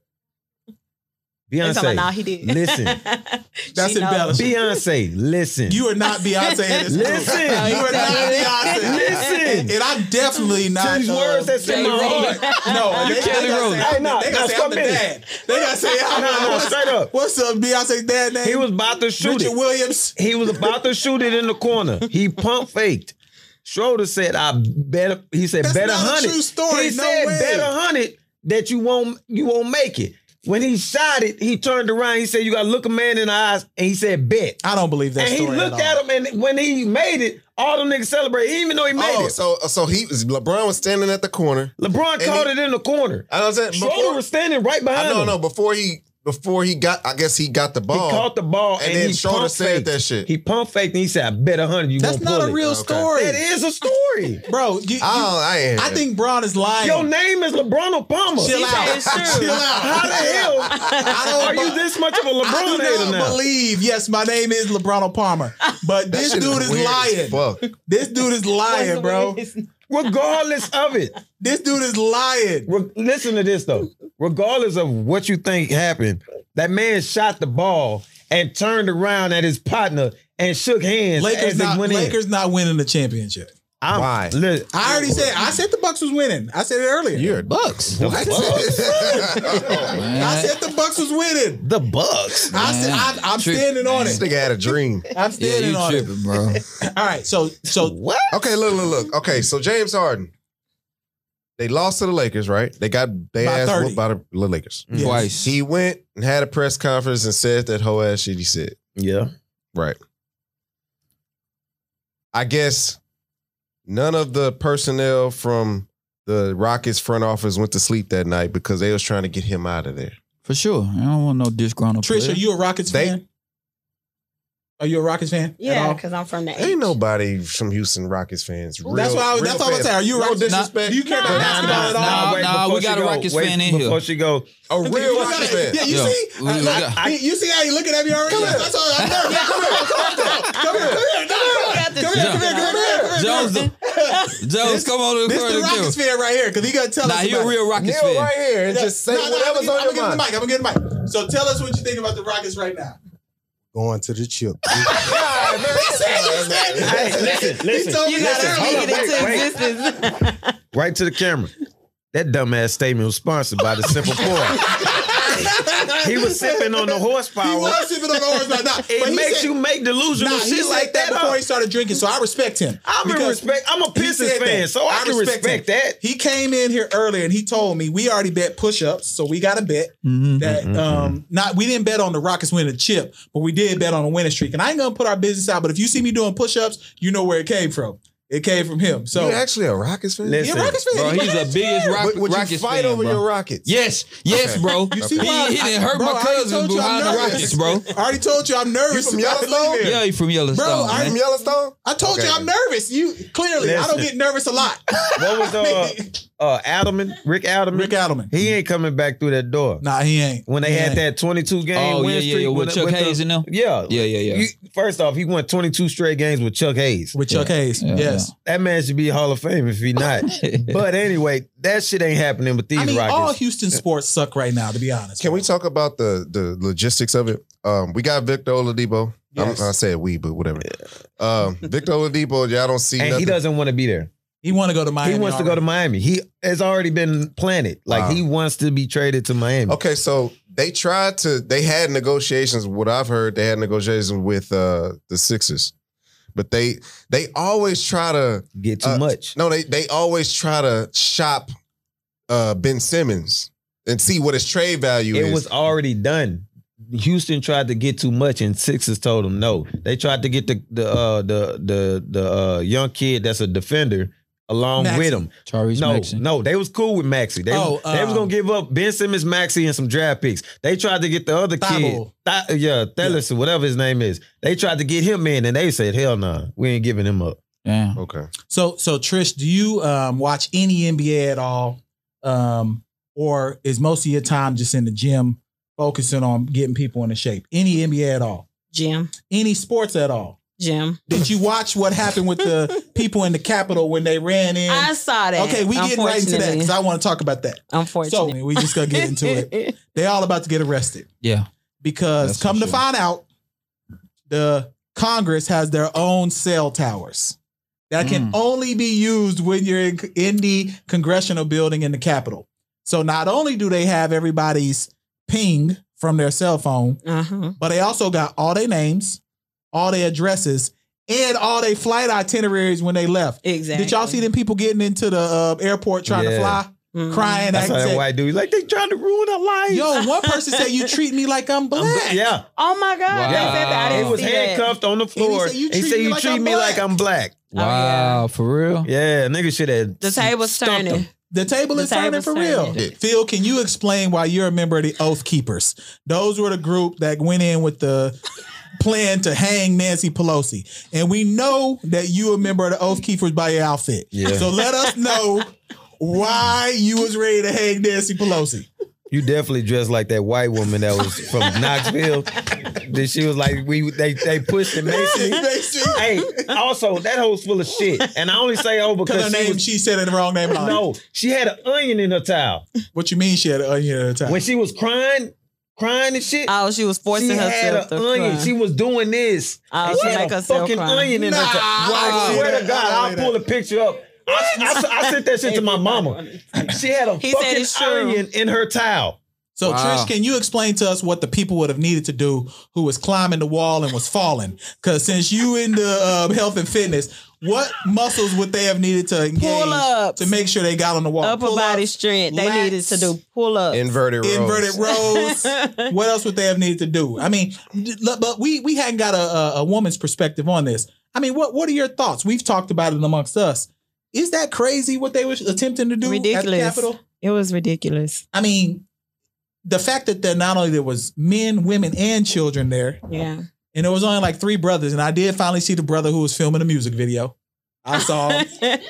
They talking about, nah, Beyonce. he did. Listen, That's She knows. embellishing. Beyonce, listen. You are not Beyonce. In this group. Listen. you are not Beyonce. Listen. and I'm definitely not. these uh, words that's in my Jay-Z. heart. No, you Kelly Rowland. Hey, no, they no, gotta say stop I'm the it. dad. They gotta say I'm No, no, what's- straight up. What's up, Beyonce's dad name? he was about to shoot Richard it. Williams. He was about to shoot it in the corner. He pump faked. Schroeder said, "I better." He said, That's "Better not a hunt it." true story. He No said, way. "Better hunt it that you won't you won't make it." When he shot it, he turned around. He said, "You got to look a man in the eyes," and he said, "Bet." I don't believe that And he story looked at, all. at him, and when he made it, all them niggas celebrated, even though he made Oh, it. so so he LeBron was standing at the corner. LeBron he- caught it in the corner. I was at Schroeder before. was standing right behind I don't him. know before he before he got. I guess he got the He ball. caught the ball, And and, then he Schroeder pump said faked. that shit. He pump faked, and he said, "I bet a hundred you That's won't not pull a it." real Okay. story, That is a story. bro. You, you, Oh, I ain't. I think Braun is lying. Your name is LeBron Palmer. Chill out. said it's true. Chill How the out. hell don't are you bu- this much of a I do LeBron hater not now? believe. Yes, my name is LeBron Palmer, That but this shit dude is weird as lying. Fuck. This dude is lying, bro. Regardless of it, This dude is lying. re- listen to this though. Regardless of what you think happened, that man shot the ball and turned around at his partner and shook hands Lakers as they not, went in. Lakers not winning the championship. I'm, Why? li- I already said. I said the Bucks was winning. I said it earlier. You're Bucks. what? this I said the Bucks was winning. the Bucks. I said, I, I'm standing on it. nigga had a dream. Yeah, I'm standing you on tripping, bro. it. All right. So so What? Okay, look, look, look. Okay, so James Harden. They lost to the Lakers, right? They got they By ass 30. whooped by the the Lakers. Yes. Twice. He went and had a press conference and said that whole ass shit he said. Yeah. Right. I guess none of the personnel from the Rockets front office went to sleep that night because they was trying to get him out of there. For sure. I don't want no disgruntled Trish, player. are you a Rockets They- fan? Are you a Rockets fan? at Yeah, all? because I'm from the Ain't nobody from Houston Rockets fans. Real, that's why. I was, real that's what I was fans. saying. Are you a No Rockets? disrespect. Do you care about Nah, basketball at nah, all? nah. wait we before she got a go. Rockets Wait fan in here. Before she go, A real You Rockets gotta- fan. Yeah, you Yeah. see, We- we I- got- I- you see how you looking at me already? Come here, that's all, I'm nervous. Come here, come here, come here, come here, come here, come here, come here, come here, come here. Jones, the- Jones, come on to the This court the Rockets fan right here because he gonna tell Nah, us. he a about it. real Rockets Kneel fan. right here and just say No, no, whatever's on I'm, gonna your give him mind. the mic. I'm gonna give him the mic. So tell us what you think about the Rockets right now. Going to the chip. God, man, He said, he said- hey, listen, he listen. told me You gotta that hold earlier. speak on, it wait, into wait. existence. right to the camera. That dumbass statement was sponsored by the Simple Pour. he was sipping on the He horsepower. was sipping on the orange right now. it makes you make delusional Nah, he shit said like that that. before up. he started drinking, so I respect him. I'm in Because respect. I'm a he Pistons said that. fan, so I, can respect, him. that. He came in here earlier and he told me we already bet push-ups, so we got a bet that Mm-hmm. um not we didn't bet on the Rockets winning a chip, but we did bet on a winning streak. And I ain't gonna put our business out, but if you see me doing push-ups, you know where it came from. It came from him. So You actually a Rockets fan? Listen, He a Rockets fan. Bro, He he's the biggest rock, Would, would Rockets you fight fan, over bro. your Rockets? Yes, yes, bro. You see he, why- he didn't hurt Bro, my I already cousins told you I'm behind the nervous. Rockets, bro. I already told you I'm nervous. You from about Yellowstone? leaving. Yeah, he from Yellowstone. Bro, I- man. Oh, From Yellowstone? I told you Okay. I'm nervous. You clearly I don't Listen. get nervous a lot. What was uh, uh Adelman, Rick Adelman? Rick Adelman. He ain't coming back through that door. Nah, he ain't. When they He had ain't. that 22 game Oh, win yeah, yeah, streak yeah, with Chuck the- Hayes and them? Yeah. Yeah, yeah, yeah. You- first off, he won 22 straight games with Chuck Hayes. with Chuck Hayes. Yeah, yes. That man should be Hall of Fame if he not. but anyway, that shit ain't happening with these I mean, all Rockets. Houston sports suck right now, to be honest. Can we talk about the the logistics of it? Um, we got Victor Oladipo. Yes. I'm, I said we, but whatever. Um, Victor Oladipo, y'all don't see and nothing. he doesn't want to be there. He want to go to Miami. he wants to go to Miami. He has already been planted. Like Wow. he wants to be traded to Miami. Okay, so they tried to. They had negotiations. What I've heard, they had negotiations with uh, the Sixers, but they they always try to. Get too Uh, much. No, they they always try to shop uh, Ben Simmons and see what his trade value is. It was already done. Houston tried to get too much, and Sixers told them no. They tried to get the the uh, the the the uh, young kid that's a defender along Maxey. with him. Tyrese No, Maxey. no, they was cool with Maxi. They, Oh, was- they was um, gonna give up Ben Simmons, Maxi, and some draft picks. They tried to get the other Thibault. kid, Th- yeah, Thellis, or whatever his name is. They tried to get him in, and they said, "Hell no, we ain't giving him up." Damn. okay. So, so Trish, do you um, watch any NBA at all, um, or is most of your time just in the gym focusing on getting people into shape? Any NBA at all? Jim, Any sports at all? Jim, Did you watch what happened with the people in the Capitol when they ran in? I saw that. okay, we getting right into that because I want to talk about that. So Unfortunately, we just gonna get into it. They all about to get arrested Yeah. because That's for come to sure. find out, the Congress has their own cell towers that Mm. can only be used when you're in, in the congressional building in the Capitol. So not only do they have everybody's ping from their cell phone, Uh-huh. but they also got all their names, all their addresses, and all their flight itineraries when they left. Exactly. Did y'all see them people getting into the uh, airport trying to Yeah. fly, Mhm. crying? That's how acting- that white dude. Like they trying to ruin our life. Yo, one person said, "You treat me like I'm black." yeah, Oh my God! Wow. They said that. I he didn't was see that. handcuffed on the floor. said, "You and he treat said, me "You like treat I'm me black." like I'm black." Wow, for real? Yeah, nigga, should have Oh, The table's stumped turning. him. The table The is turning table's for real. turning. Phil, can you explain why you're a member of the Oath Keepers? Those were the group that went in with the plan to hang Nancy Pelosi. And we know that you a member of the Oath Keepers by your outfit. Yeah. So let us know why you was ready to hang Nancy Pelosi. You definitely dressed like that white woman that was from Knoxville. Then she was like, "We they they pushed the Macy." hey, also that hoe's full of shit, and I only say "oh" Because her because she name, was- she said it the wrong name. line. no, she had an onion in her towel What you mean she had an onion at the time? when she was crying, crying and shit. Oh, she was she forcing had herself an to onion. cry. She was doing this. Oh, she she had make a herself fucking cry. onion in her Nah, towel. I I don't swear see to that. God, I don't I'll see pull a picture up. I, I, I sent that shit to my mama. She had a He said fucking it's true. onion in her towel. So Wow. Trish, can you explain to us what the people would have needed to do who was climbing the wall and was falling? Because since you in the um, health and fitness, what muscles would they have needed to engage Pull-ups. to make sure they got on the wall? upper body Pull-ups, strength. They lats, needed to do pull up. Inverted rows. inverted rows. what else would they have needed to do? I mean, d- l- but we we hadn't got a, a, a woman's perspective on this. I mean, what what are your thoughts? We've talked about it amongst us. Is that crazy what they were attempting to do at the Ridiculous. Capitol? It was ridiculous. I mean, the fact that there not only there was men, women, and children there, Yeah. and there was only like three brothers, and I did finally see the brother who was filming a music video. I saw, him, and,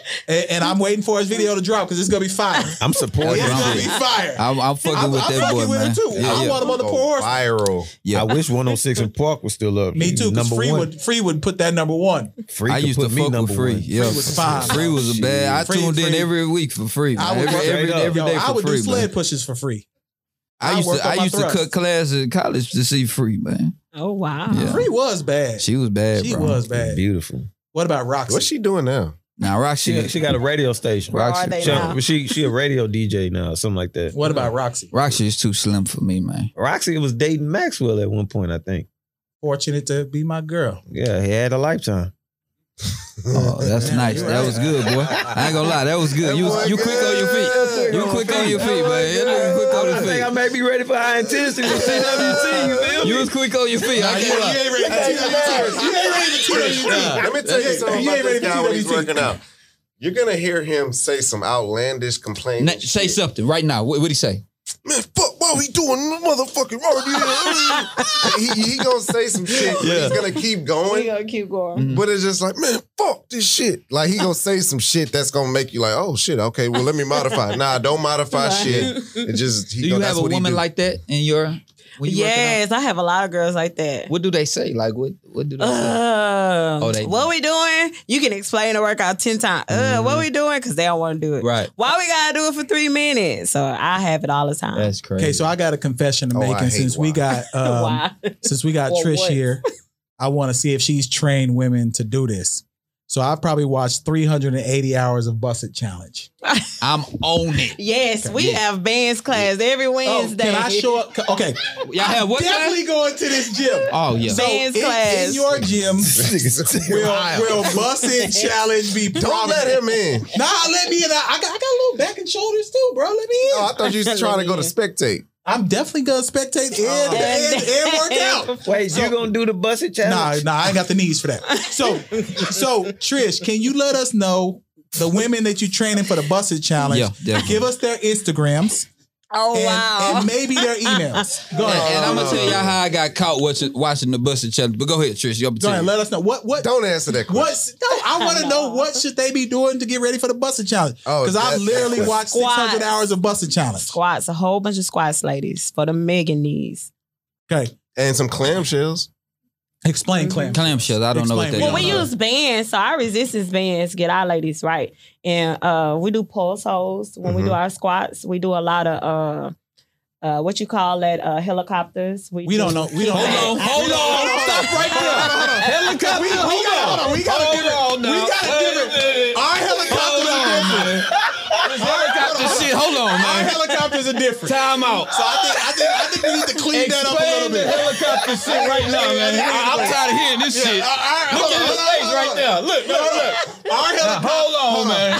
and I'm waiting for his video to drop because it's gonna be fire. I'm supporting. It's I'm gonna with be it. fire. I'm, I'm fucking I'm- with I'm that fucking boy, with him man. too. I want him on the Go poor horse. Oh, Viral. I wish 106 and Park was still up. Me too, because Number free one. would free would put that number one. free I could used put to me fuck number with free. One. Yeah, Free was fine. Free was a bad. I Free, tuned in free. every week for free. I man. would Every work every it out. every Yo, day I for would do free. sled man. pushes for free. I I used worked to on I my used to thrusts. cut classes in college to see free man. Oh wow. Yeah. Uh-huh. Free was bad. She, She was bad. bro. was bad. Beautiful. What about Roxy? What's she doing now? Now Roxy, She, she got a radio station. Where are Roxy- they she, now? she she a radio DJ now, something like that. what about Roxy? Roxy is too slim for me, man. Roxy was dating Maxwell at one point, I think. Fortunate to be my girl. Yeah, he had a lifetime. Oh, that's Yeah, nice. you That right. was good, boy. I ain't gonna lie, that was good. You That boy was, you quick on your good. feet. You quick on your feet, That boy man. You was quick on I think I your may be ready for high intensity with CWT. You feel feet. me? You was quick on your feet. I can't lie. ain't ready to Hey, tee that Lawrence, up. You ain't ready to tee that up. Let me tell you something You ain't about ready this to guy when he's TWT. working out. You're gonna hear him say some outlandish complaints. Na- Say something right now. What would he say? man, fuck, why he doing motherfucking RDA? he, he gonna say some shit, but he's gonna keep We going. gonna keep going. But it's just like, man, fuck this shit. Like he gonna say some shit that's gonna make you like, oh shit, okay, well let me modify. nah, don't modify shit. It just he Do go- you that's have a what he woman do. like that in your? When you working out? Yes, I have a lot of girls like that. What do they say? Like what? What do they say? Uh, Oh, they what do. we doing? You can explain the workout ten times. Uh, What we doing? Because they don't want to do it. Right. Why we gotta do it for three minutes? So I have it all the time. That's crazy. Okay, so I got a confession to Oh, make, I and hate since we why. got um, Why? since we got Or Trish what? here, I want to see if she's trained women to do this. So I've probably watched 380 hours of Busset Challenge. I'm on it. Yes, we have bands class every Wednesday. can I show up? Okay, Y'all have what? definitely going to this gym. Oh yeah. So in, Dance class. in your gym, will Wild. will Busset Challenge be? Don't let him in. Nah, let me in. I I got, I got a little back and shoulders too, bro. Let me in. Oh, I thought you was trying to go to spectate. I'm definitely gonna spectate and, and, and work out. Oh, Wait, you gonna do the busted challenge? Nah, nah, I ain't got the knees for that. So, so Trish, can you let us know the women that you're training for the busted challenge? Yeah, definitely. Give us their Instagrams Oh and, wow! and maybe their emails. Go And, ahead. and I'm gonna tell y'all how I got caught watching, watching the Buster Challenge. But go ahead, Trish. Y'all Go ahead. tell Let us know what what Don't answer that question. what's no. I want to know what should they be doing to get ready for the busted challenge? Oh, Because that- I've literally watched 600 Squats. hours of busted challenge. squats, a whole bunch of squats, ladies, for the mega knees. Okay, And some clamshells. explain, Clem. Mm-hmm. clamshells. I don't know what they Explain. Well, are. we use bands, so our resistance bands get our ladies right, Mm-hmm. and uh, we do pulse holds when we do our squats. We do a lot of uh, uh, what you call it, uh, helicopters. We don't know. We don't know. Hold on. Stop right there. Helicopter. We, we got, hold on. We got a Hold different. on We now. got a different. Our helicopters are different. Helicopter shit. Hold on, Our man. helicopters are different. Time out. So I think I think I think we need to clean that up a little bit. helicopter shit right now, man. I, am tired of hearing this shit. Look at his face right there. Look, look, look. Our helicopter. Hold on, man.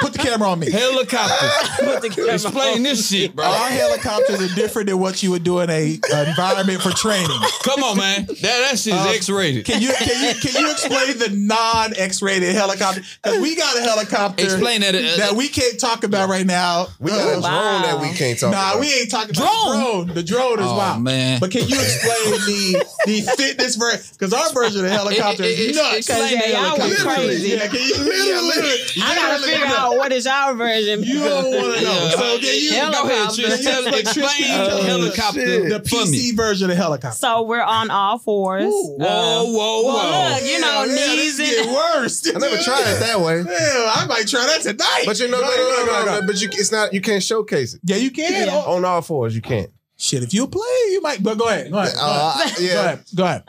Put the camera on me. Helicopter. know. Explain this shit, bro. Our helicopters are different than what you would do in a environment for training. Come on, man. That that shit's Uh, X-rated. Can you can you can you explain the non X rated helicopter? Because we got a helicopter. Explain that, uh, that we can't talk about right now. Uh, We got a drone Wow. that we can't talk Nah, about. we ain't talking about the drone. The drone is Oh, wild. man. But can you explain the the fitness version? Because our version of the helicopter It- it- it- is nuts. explain Yeah, the y'all was helicopter. crazy. Yeah, can you literally? I gotta literally- figure out what is y'all version. You don't want to know. Yeah. So can you Uh, Go ahead, Helicopter. Trish. Tell, explain Oh, helicopter the for me. PC version of helicopter? So we're on all fours. Whoa, whoa, Um, well, whoa. look, you know, yeah, knees this get and worse. I never tried it that way. Hell, I might try that tonight. But you know, no, no, no, no, no, But you, it's not. You can't showcase it Yeah, you can. Yeah. Oh, on all fours. You can't. shit, if you play, you might. But go ahead. Go ahead. Uh, Go yeah. ahead. Go ahead.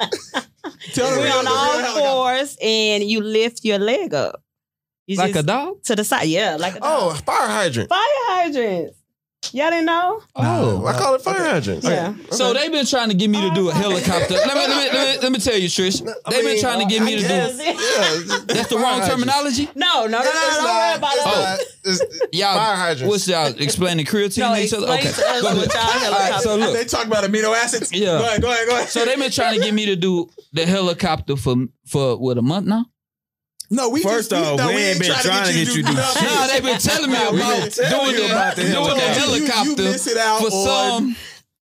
Tell them we're real- on the real all helicopter. fours, and you lift your leg up. You Like a just dog? to the side. Yeah, like a Oh, dog. fire hydrant. fire hydrants. Y'all didn't know? Oh, I call it fire hydrant. Yeah. So they've been trying to get me to do a helicopter. Let me, let me, let me, let me tell you, Trish. I They've been mean, trying to get me to do. That's the wrong terminology. No, no, no, no, It's don't not- worry Oh, about it's not- it. it's- Y'all, Fire hydrants. What's y'all explaining cruelty No, to each other? explain Okay, to us go what ahead. y'all All right, so look. They talk about amino acids. Yeah. Go ahead. Go ahead. Go ahead. So they've been trying to get me to do the helicopter for for what a month now. no, we First just, off, no, we ain't been trying to get you to do nothing. shit. No, they've been telling me we about been telling doing you the, about the doing the helicopter. You- you helicopter miss it out for on- some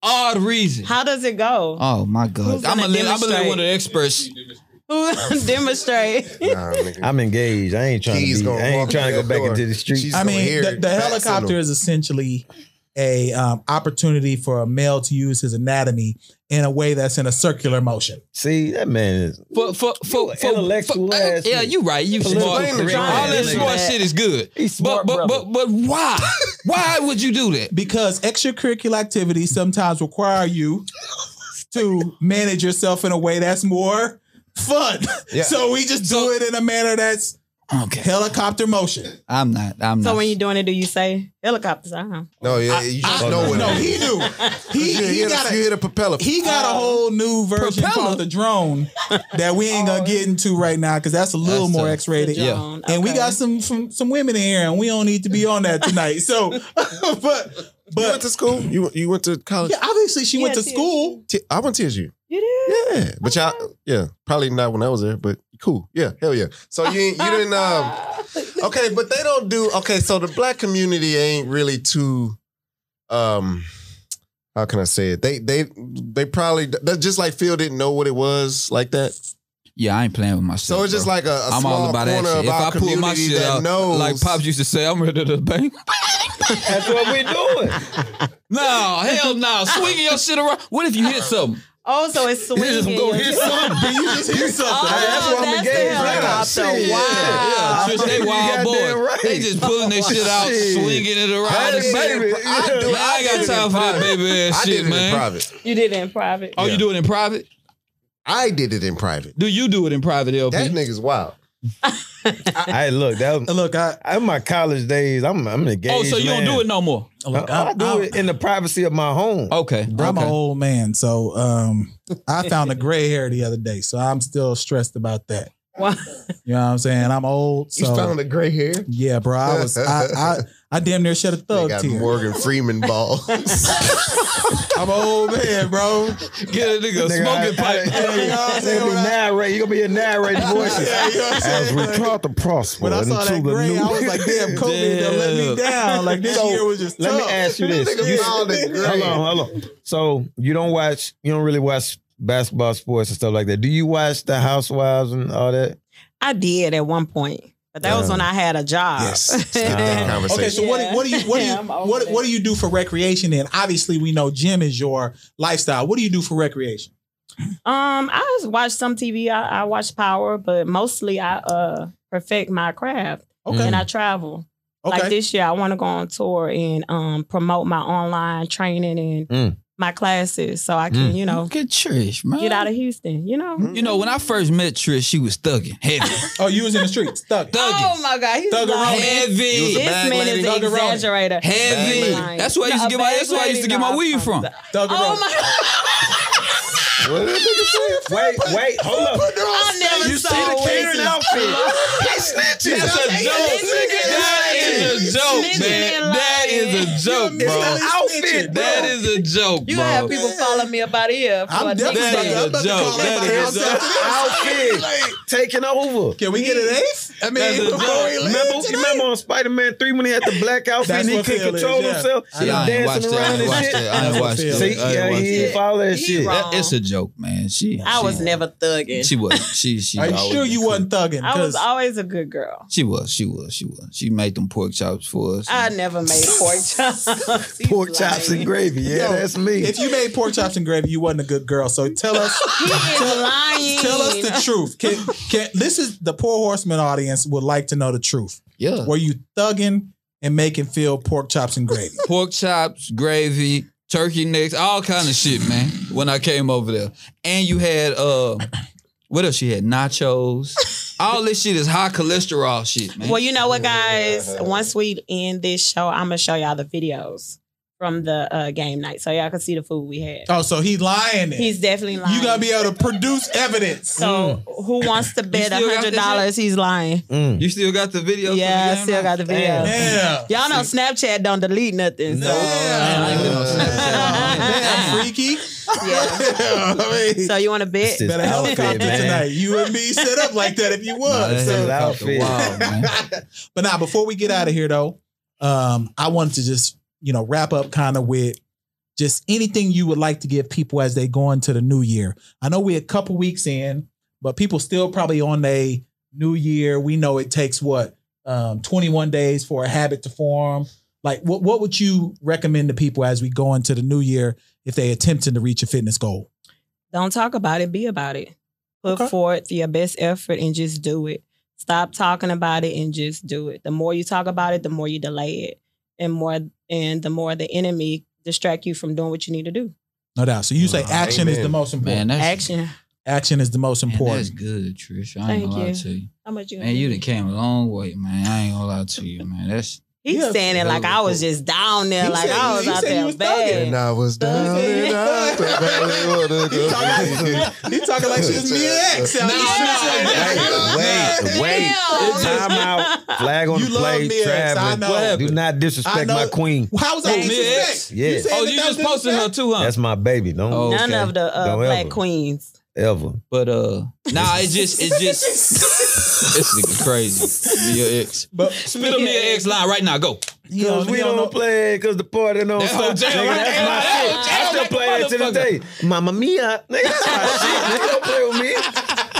odd reason. How does it go? Oh my God! Who's I'm gonna gonna let I'm gonna let demonstrate? one of the experts. Demonstrate. Nah, nigga. I'm engaged. I ain't trying He's to. Be, gonna I ain't walk trying to in go that back door. into the street. She's I gonna mean, hear the, it. the Back helicopter signal. is essentially a um, opportunity for a male to use his anatomy in a way that's in a circular motion. See that man is. For for for, an for intellectual for- ass yeah, nigga. you right. You Political smart. correct All ass that nigga. smart shit is good. He's smart, but but brother. but but why? why would you do that? Because extracurricular activities sometimes require you to manage yourself in a way that's more fun. Yeah. So we just do So- it in a manner that's Okay, helicopter motion. I'm not. I'm so not. when you're doing it, do you say helicopters? Uh-huh. No, yeah, you just know what. no, it he is. knew. He, You he hit got a, you a hit a propeller. he got a whole new version Propeller? called the drone that we ain't gonna get into right now because that's a little That's more tough. X rated. The drone, And we okay. got some, some some women in here, and we don't need to be on that tonight. So, but you went but to school. You you went to college. yeah, obviously she went Yeah, to TSU. school. T- I went to TSU. You did? Yeah, but y'all, yeah, probably not when I was there, but cool. Yeah, hell yeah. So you ain't- you didn't. Um, okay, but they don't do. Okay, so the black community ain't really too. Um, how can I say it? They they they probably that just like Phil didn't know what it was like that. yeah, I ain't playing with myself. So it's just bro. like a, a I'm small all about that corner shit. of If our I pull my community shit that out, knows. like pops used to say, I'm ready to bang. That's what we're doing. No, hell no. Swinging your shit around. What if you hit something? Oh, so it's swinging. Oh, just go hit something. You just hear something. Hey, that's what I'm that's the engaged right now. helicopter. Shit. Wow. Yeah, Trish, they You wild goddamn boys. right. They just pulling their shit out, Shit. swinging it around. Hey, and shit. baby. I, do, Man, I ain't got time for that baby ass I did shit, it in man. private. You did it in private. Oh, you do it in private? I did it in private. Do you do it in private, LP? That nigga's wild. Hey, look, that was, Look, I in my college days, I'm I'm engaged. oh, so you man. don't do it no more? look, I, I I'm- do I'm- it in the privacy of my home. Okay. I'm okay. an old man, so um, I found a gray hair the other day, so I'm still stressed about that. Wow. You know what I'm saying? I'm old, You so found a gray hair. yeah, bro. I was I I, I damn near shed a They thug got tear. Morgan Freeman balls. I'm an old man, bro. Get a nigga a Nigga, smoking I- I- pipe. yeah, You know what I'm they saying? gonna be When I- narrate. You gonna be a narrating voices. Yeah, you know what I'm As saying? we Like, try to prosper When I until saw that the gray, new. I was like, damn, COVID, done let me down. Like this So, year was just Let me tough. ask you this: Nigga You- found a gray. Hold on, hold on. So you don't watch? You don't really watch basketball, sports, and stuff like that. Do you watch the Housewives and all that? I did at one point, but that was when I had a job. Yes. Stop that conversation. Okay, so what, Yeah. do- what do you what do you Yeah, I'm over what, that. what do you do for recreation? Then obviously we know gym is your lifestyle. What do you do for recreation? Um, I just watch some TV. I, I watch Power, but mostly I uh perfect my craft Okay, and I travel. Like Okay. this year, I want to go on tour and um, promote my online training and Mm. my classes, so I can, you know, Look at Trish, man. get out of Houston. You know. Mm. Mm-hmm. You know, when I first met Trish, she was thugging heavy. Oh, you was in the streets. Stuck. Oh my God, he's Thuggeroni. lying. heavy. This man is an Thuggeroni. exaggerator. Heavy. Lying. That's where I used to No, get a my. bag That's where I used to lady, get my no, weed I'm from. Thugger Oh my! Wait, wait, hold up. I never saw Weezy. That's a They joke. literally That is a joke, Snitching man. and That lying. is a joke, bro. outfit. That is a joke, You bro. have people follow me about here. for I'm a definitely nigga. That is I'm a about to joke. call everybody That is a outside. Outfit taking over. Can we get an ace? I mean, That's a before joke. we leave Remember, tonight? remember on Spider Man 3 when he had the black outfit That's and he what couldn't Phil is, control yeah. himself? I He Yeah, I was ain't watched dancing that. I around ain't and watched shit. that. I ain't what watched that. Phil is. I See, ain't yeah, watched he that. didn't follow that shit. That- It's a joke, man. She. I she- was never thugging. She was. She. She. Are you always sure been you cool. wasn't thugging? I 'Cause was always a good girl. She was. She was. She was. She made them pork chops for us. I never made pork chops. He's Pork chops lying. and gravy. Yeah, Yo, that's me. If you made pork chops and gravy, you wasn't a good girl. So tell us, He is lying. tell us the truth. Can, can, this is the poor horseman audience would like to know the truth. yeah. Were you thugging and making Phil pork chops and gravy? pork chops, gravy, turkey necks, all kind of shit, man. When I came over there, and you had uh, what else? You had nachos. All this shit is high cholesterol shit, man. Well, you know what, guys? Once we end this show, I'm gonna show y'all the videos from the uh, game night, so y'all can see the food we had. Oh, so he lying. then. He's definitely lying. You gotta be Mm. able to produce evidence. So who wants to bet still got hundred this dollars? He's lying. Mm. You still got the video. Yeah, I from the game still night? got the video. Yeah. Y'all know Snapchat don't delete nothing. Yeah. So Damn, freaky. yeah. I mean, So you want to bet? It's this better helicopter outfit, tonight. man. You and me set up like that if you Nah, would. that So- helicopter outfit. wild, man. but now, before we get out of here, though, um, I wanted to just you know wrap up kind of with just anything you would like to give people as they go into the new year. I know we're a couple weeks in, but people still probably on a new year. We know it takes what um, 21 days for a habit to form. Like, what what would you recommend to people as we go into the new year if they attempting to reach a fitness goal? Don't talk about it. Be about it. Put Okay. forth your best effort and just do it. Stop talking about it and just do it. The more you talk about it, the more you delay it, and more and the more the enemy distract you from doing what you need to do. No doubt. So you say Wow, action is amen. the most important. Man, that's Action. Action is the most man, important. that's good, Trish. I ain't Thank gonna lie you. to you. How much you? Man, you done came a long way, man. I ain't gonna lie to you, man. That's He's Yeah. saying it like I was just down there, He like said- I was he out said you there was bad. thugging. And I was down and out the valley of the He talking dark. like- he talking like she was me and X. No, no. Wait, wait. Damn. Time out. Flag on You the love plate. me, X. I Traveling. know. What happened? Do not I disrespect know- my queen. How was I Hey, disrespect? Yeah. You saying oh, that you that just was posted her disrespect? too, huh? That's my baby. Don't Oh. None Okay. of the uh, Don't black ever. queens. ever. But uh, nah, it just it just this nigga crazy. Mia X, But spit on Mia X line right now. Go. you know, we don't, play because the party don't That whole jam stop. nigga, right that's there. my That shit. whole jam I still like a play it to the day. Mama Mia. Nigga, that's my shit. Nigga, don't play with me.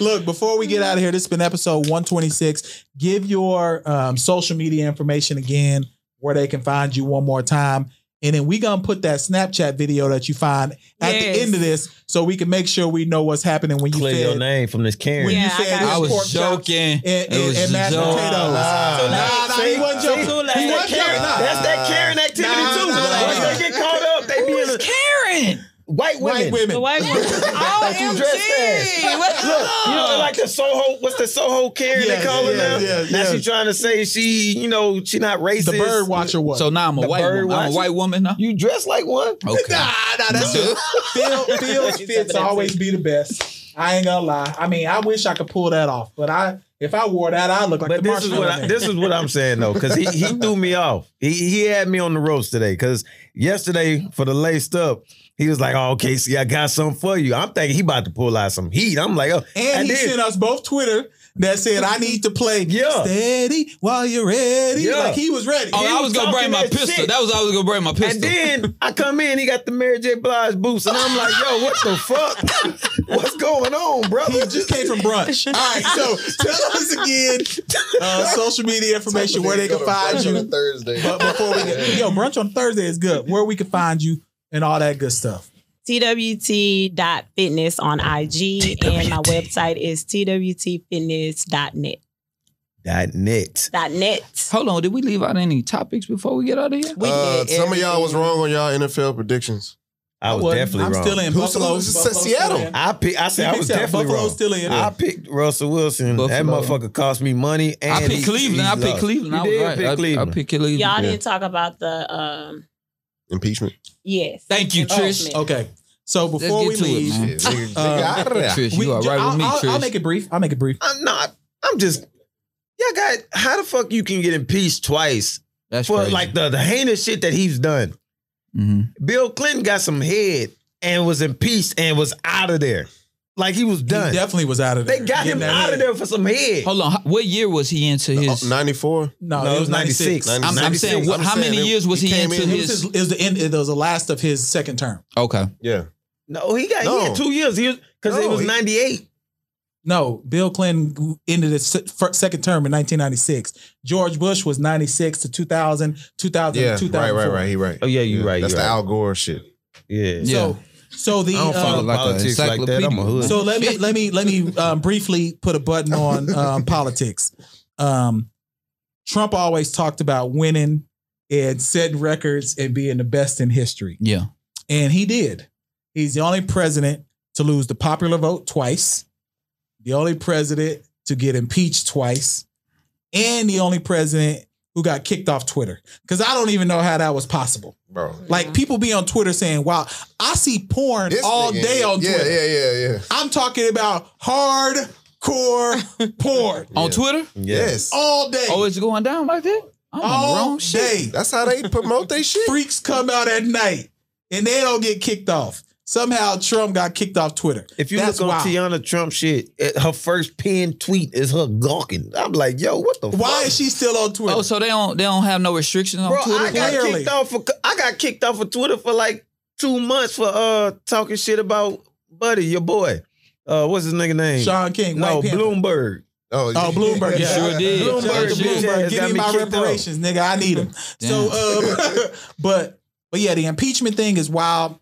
Look, before we get out of here, this has been episode 126. Give your um, social media information again, where they can find you one more time. And then we gonna put that Snapchat video that you find at Yes. the end of this, so we can make sure we know what's happening when you Clear fed- your name from this Karen. when Yeah, you I said got this I pork was chop joking. and, it and, was and a mashed joke. potatoes. Ah. So nah, nah, he See? wasn't joking. See? He That's wasn't that Karen- joking. Nah. That's that Karen activity Nah, too. nah, nah, Once nah. they get caught up, they be in the Karen. white women. White women. Oh, The white ones. Like you dressed OMG. as. Look, you know, like the Soho, what's the Soho Karen Yeah, they call her yeah, now? yeah, now yeah. she trying to say she, you know, she not racist. The bird watcher was. So now I'm a The white bird woman. I'm a watching? white woman now. You dress like one? Okay. nah, that's Nah. it. Phil, Phil's fits always be the best. I ain't gonna lie. I mean, I wish I could pull that off, but I if I wore that, I look like But the this is marshmallow. what I, Man. this is what I'm saying though, because he, he threw me off. He he had me on the ropes today. Because yesterday for the laced up, he was like, "Oh, Casey, I got something for you." I'm thinking he about to pull out some heat. I'm like, "Oh," and he then- sent us both Twitter that said I need to play Yeah. steady while you're ready. Yeah. Like he was ready. Oh, He I was was gonna bring talking my that pistol. shit. That was I was gonna bring my pistol. And then I come in, he got the Mary J. Blige boots, and I'm like, "Yo, what the fuck? What's going on, brother?" he just came from brunch. All right, so tell us again uh, social media information where they can find you. Thursday. But before we get yo brunch on Thursday is good. Where we can find you and all that good stuff. TWT.fitness on IG and my website is twtfitness.net. dot net. That net. Hold on, did we leave out any topics before we get out of here? We Uh, did some of y'all everything. was wrong on y'all NFL predictions. I was Well, definitely I'm wrong. still in Who's- Buffalo. who's- Buffalo's still Seattle. in. I pick, I said I was You picked definitely Buffalo's wrong. still in. I picked Russell Wilson. That Buffalo. motherfucker cost me money. And I he- picked Cleveland. I he picked lost. Cleveland. You I was did right. pick I- Cleveland. I picked Cleveland. Yeah. Y'all didn't talk about the um Impeachment. yes. Thank Oh, you, Trish. Impeachment. okay. So before we Let's get to leave, it, man. Nigga, Uh, out of there. Trish, we, you are right I'll, with me, I'll- Trish. I'll make it brief. I'll make it brief. I'm not. I'm just. Y'all got how the fuck you can get impeached twice That's for crazy. like the, the heinous shit that he's done. Mhm. Bill Clinton got some head and was impeached and was out of there, like he was done. He definitely was out of there. they got him Getting that out of head. there for some head. Hold on, h- what year was he into his? Oh, 94. No, No, it was 96. 96. I'm, I'm 96. saying, what, I'm how saying many it- years was he he, came into in- It was, his? his, it was the end. It was the last of his second term. Okay, Yeah. No, he got he No. had two years. He because it No, was he- ninety eight. No, Bill Clinton ended his se- fir- second term in 1996. George Bush was 96 to 2000, 2000 Yeah. Right, 2004. right, right. He right. Oh yeah, you Yeah, right. you That's the uh, right. Al Gore shit. Yeah. yeah. So, so the I don't follow uh, like politics a like that. I'm a hood. So let me let me let me um, briefly put a button on um, politics. Um, Trump always talked about winning and setting records and being the best in history, yeah, and he did. He's the only president to lose the popular vote twice, the only president to get impeached twice, and the only president who got kicked off Twitter. Because I don't even know how that was possible. Bro. Like people be on Twitter saying, "Wow, I see porn all nigga- day on yeah, Twitter." Yeah, yeah, yeah. I'm talking about hardcore porn on Twitter. Yes. all day. Oh, it's going down like that. I'm on all the wrong day. shit. That's how they promote their shit. Freaks come out at night and they don't get kicked off. Somehow Trump got kicked off Twitter. If you That's look on wild. Tiana Trump shit, it- her first pinned tweet is her gawking. I'm like, yo, what the why fuck? is she still on Twitter? Oh, so they don't they don't have no restrictions on Bro, Twitter. I got Clearly. kicked off for I got kicked off of Twitter for like two months for uh talking shit about Buddy, your boy. Uh what's his nigga name? Sean King, no, White Panther. Bloomberg. Oh, Bloomberg. You Yeah. sure did. Bloomberg, Sure did. Bloomberg, Yeah, give got me me my kicked off. reparations, nigga. I need them. So, uh, but but yeah, the impeachment thing is wild.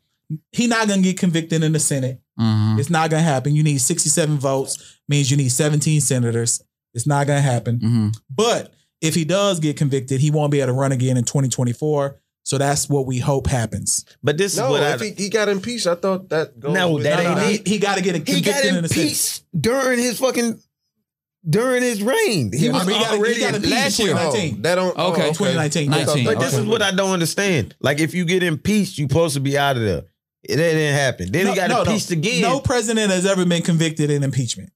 He not gonna get convicted in the Senate. Mhm. It's not gonna happen. You need 67 votes, means you need 17 senators. It's not gonna happen. Mhm. But if he does get convicted, he won't be able to run again in 2024. So that's what we hope happens. But this No, is what I if he, he got impeached, I thought that goes No, with- that No, no, ain't he- it. He, got to get He convicted got in the Senate. impeached during his fucking during his reign. He Yeah, was I mean, he got- he already got impeached. last year. Oh, 19. that don't. oh, Okay, 2019. I thought 19. that- But this Okay. is what I don't understand. Like, if you get impeached, you're supposed to be out of there. It didn't happen. Then he got impeached again. No president has ever been convicted in impeachment.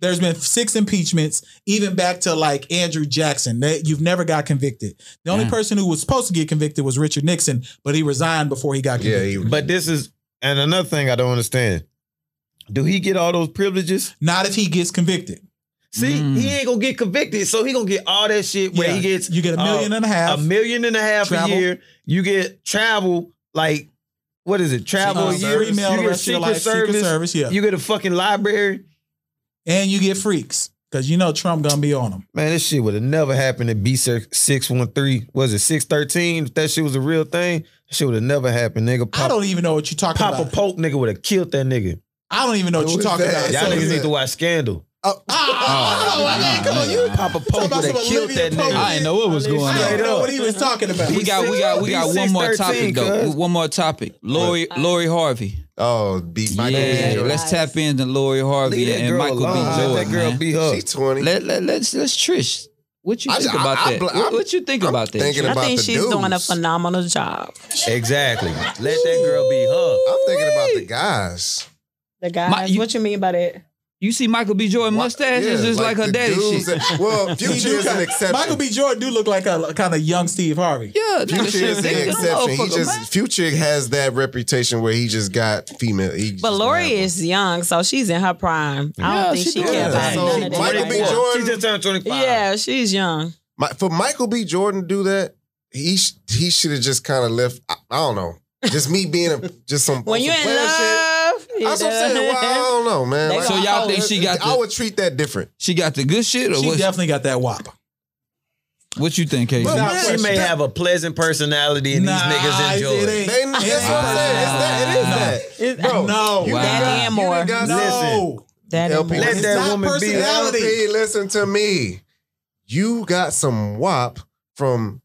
There's been six impeachments, even back to like Andrew Jackson. That you've never got convicted. The only Yeah. person who was supposed to get convicted was Richard Nixon, but he resigned before he got Yeah, convicted. he, But this is, and another thing I don't understand. Do he get all those privileges? Not if he gets convicted. See, Mm. he ain't gonna get convicted, so he gonna get all that shit where Yeah, he gets you get a million uh, and a half. a million and a half Travel. a year. You get travel, like what is it? Travel uh, a year. free You mail the get rest of your secret life, service. Secret Service, yeah. You get a fucking library. and you get freaks because you know Trump gonna be on them. Man, this shit would have never happened in B six one three. Was it six thirteen? If that shit was a real thing, that shit would have never happened, nigga. I Pop, don't even know what you're talking Papa about. Pope nigga would have killed that nigga. I don't even know what Who you're is talking that? about. Y'all So- niggas is need that? to Oh, watch Scandal. Ah, ah, ah, man, come on, you. Papa Pope about would have some killed Olivia that nigga. Pope. I didn't know what was going I on. don't know up. what he was talking about. We got we got we got one more topic 613, though. cuz. One more topic. Lori Lori Harvey. oh, beat Michael B. yeah, Jordan. let's tap into Lori Harvey Leave that and girl Michael alone. B. Jordan. Let that girl man. be her. She twenty. Let, let, let's let's Trish. What you I- think I- about I that? bl- What- I'm- what you think I'm about that? thinking Trish? I about think the she's doing a dudes. phenomenal job. Exactly. Let that girl be her. I'm thinking about the guys. The guys, My- you- what you mean by that? you see Michael B. Jordan mustache is Yeah, just like, her the daddy dudes shit. that- well, He Future do is an kinda- exception. Michael B. Jordan do look like a kind of young Steve Harvey. yeah, nigga, Future is shit, the nigga, exception. He motherfucker, man. just Future has that reputation where he just got female. He just But Lori have one. is young, so she's in her prime. I Yeah, don't think she she, doing cares about that. So none of that. Michael right B. now. Jordan- She just turned 25. Yeah, she's young. My, for Michael B. Jordan to do that, he sh- he should have just kind of left. I, I don't know. Just me being a, just some When some you're in player shit. love, you That's what I'm know. saying. Well, I don't know, man. They So gonna- y'all think she got I the, would treat that different. she got the good shit or She what? definitely got that wop. What you think, Casey? But Nah, man, She may have a pleasant personality and Nah, these niggas enjoy it it. ain't. They, that's what I'm saying. It's that. It is that. Bro, No. You Wow. done got, That and more. You done got No. Listen. That LP. ain't- Let It's that not woman be personality. LP, listen to me. you got some wop from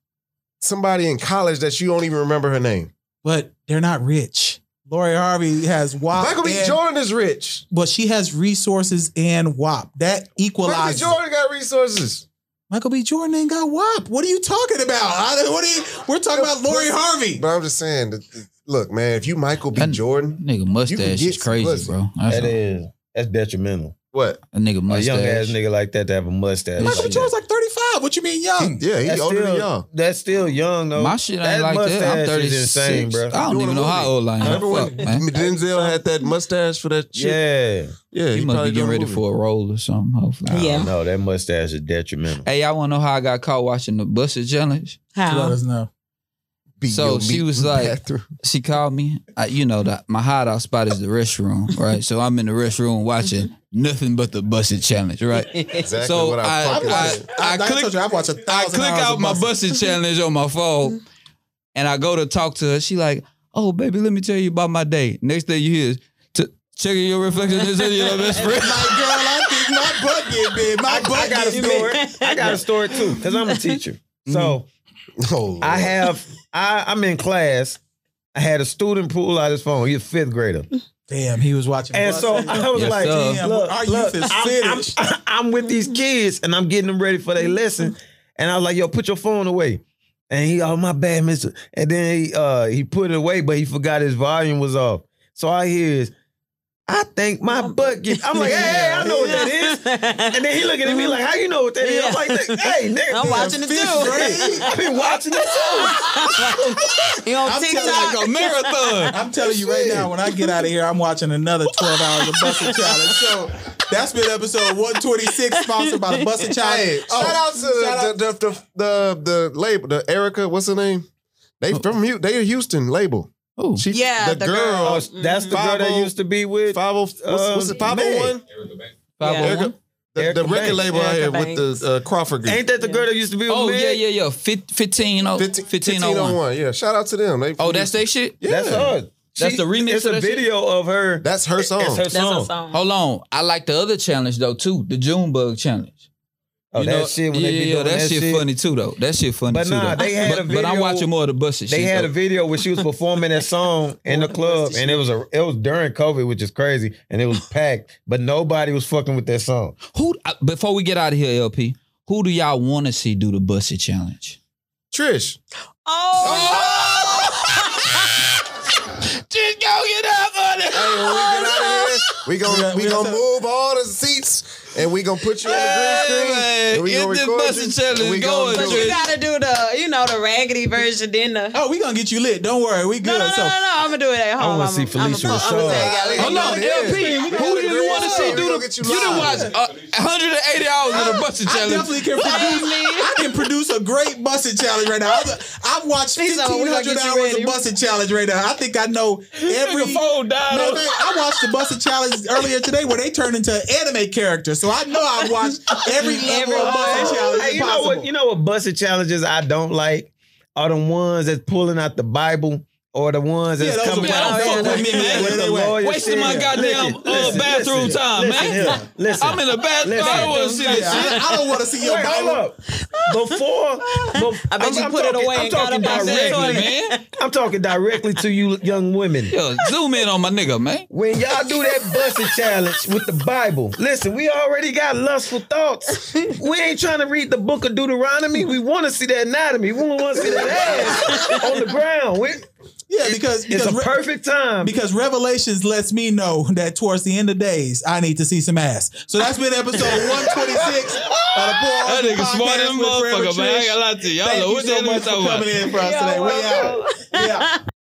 somebody in college that you don't even remember her name. but they're not rich. Lori Harvey has Uh, WAP. Michael B. and- Jordan is rich. But she has resources and WAP. That Michael B. equalizes. Jordan got resources. Michael B. Jordan ain't got WAP. What are you talking about? I- what are you, we're talking about Lori Harvey. But I'm just saying, that, look, man, if you Michael B. That- Jordan, Nigga mustache get is crazy, some pussy. bro. That's That a- is that's detrimental. what? a nigga A mustache. young ass nigga like that to have a mustache. Michael B. like Jordan's that. like 35. What you mean young? Yeah, he That's older than still, y'all. that's still young though. My shit ain't That like that. I'm mustache is 36. insane, bro. I don't Doing even know a how movie. old I am. Remember Fuck, when man. Denzel had that mustache for that shit? Yeah. yeah He must probably be getting doing a ready movie. for a role or something, hopefully. Yeah. No, that mustache is detrimental. Hey, y'all wanna know how I got caught watching the Buster Challenge? Let How? us know. Beat So your she meat was in the like- bathroom. She called me. I, you know that my hideout spot is the restroom, right? So I'm in the restroom watching nothing but the Buster Challenge, right? exactly so what I, I, fucking I- said. I I, I, click- told you, I watched a I thousand click hours out of my Busta. busted challenge on my phone, and I go to talk to her. She like, "Oh, baby, let me tell you about my day." Next thing you hear is, "T- "Checking your reflection in the city, your best My girl, friend." I think my butt get big. My butt I got a get big. story. I got a story too, because I'm a teacher. So Oh, I have I, I'm in class. I had a student pull out his phone. He's a fifth grader. Damn, he was watching. And Busta. so I was Yes, like, sir. Damn, look, our look, youth is I'm, finished. I'm, I'm with these kids and I'm getting them ready for their lesson. And I was like, yo, put your phone away. And he, oh my bad, mister. And then he uh he put it away, but he forgot his volume was off. So I hear is, I think my butt gets I'm like, hey, hey, I know what that is. And then he looking at me like, how you know what that is? I'm like, hey, nigga. I'm watching it too. I've been watching it too. You on I'm telling TikTok? you, marathon. I'm telling you right now, when I get out of here, I'm watching another 12 hours of Busted Challenge. So that's been episode 126, sponsored by the Busted Challenge. Hey, Oh, shout out to shout out- the, The, the, the the label, the Erica. What's her name? They from Hu- they a Houston label. Ooh. She, Yeah, the, the girl. Oh, that's the girl that 50 used to be with. Five oh, what's, what's it? Um, Five oh one. Yeah. Erica, the, Erica the record Banks. label out uh-huh. Erica here Banks. with the uh, Crawford group. Ain't that the girl that used to be with Oh Meg? yeah, yeah, yeah. Fif- 15, oh, 15, 1501. Yeah, shout out to them. They Oh, that's they shit. yeah. That's her. That's the remix It's of a that shit? video of her. That's her song. It's her That's song. a song. Hold on, I like the other challenge though too, the Junebug challenge. Oh, You that know- shit when they be doing that, shit, funny too though. That shit funny But too. nah, though. they had but, a But I'm video- watching more of the Buster They shit. had though. a video where she was performing that song in the club, and it was a it was during COVID, which is crazy, and it was packed, but nobody was fucking with that song. Who uh, before we get out of here, LP, who do y'all want to see do the busted challenge? Trish. Oh, Just go get up on it. Hey, when we get out of here, we gonna we, got- we gonna got- move all the seats and we gonna put you on the green screen. Hey, and we get gonna this record busted you, challenge and we going, gonna But do you it. gotta do the, you know, the raggedy version, then the. Oh, we gonna get you lit. Don't worry, we No, good. no, no, no, so no. I'm gonna do it at home. wanna I'm see a- I'm a- Felicia I'm gonna Rashad. take out it. Hold Hold on, Yeah. LP. We Who gotta do do you want to it. see We do gonna the? get You, you done live. watch uh, 180 hours of the busted I challenge. definitely can produce. I can produce a great busted challenge right now. I've, I've watched He's like, fifteen "We're gonna hundred get you hours ready." of busted challenge right now. I think I know every. phone died No, on- man, I watched the busted challenge earlier today where they turned into anime characters, so I know I watched every level of busted challenge Hey, you know possible. what? You know what? Busted challenges I don't like are the ones that's pulling out the Bible or the ones that's Yeah, those coming are- out I don't fuck with with me, man. the Wait, wait, wait. lawyer Wasting my shit. goddamn Listen, uh, listen, bathroom listen, time, listen man. here, Listen, I'm in the bathroom. I don't want to see Yeah, this shit. I, I don't want to see your Wait, hold Bible. up. Before, bef- I bet you put it away I'm and got talking up out that directly. toilet. man. I'm talking directly to you, young women. Yo, zoom in on my nigga, man. When y'all do that busted challenge with the Bible, listen, we already got lustful thoughts. We ain't trying to read the book of Deuteronomy. We want to see that anatomy. We want to see that ass on the ground. We- Yeah, because it's because a re- perfect time. Because Revelations lets me know that towards the end of days, I need to see some ass. So that's been episode 126 of the Poor That Husband nigga smart Podcast as with Forever motherfucker, man. I Trish. ain't gonna lie to you. Y'all Thank know you what the so hell we much for talking about. coming in for us today. We out. We out.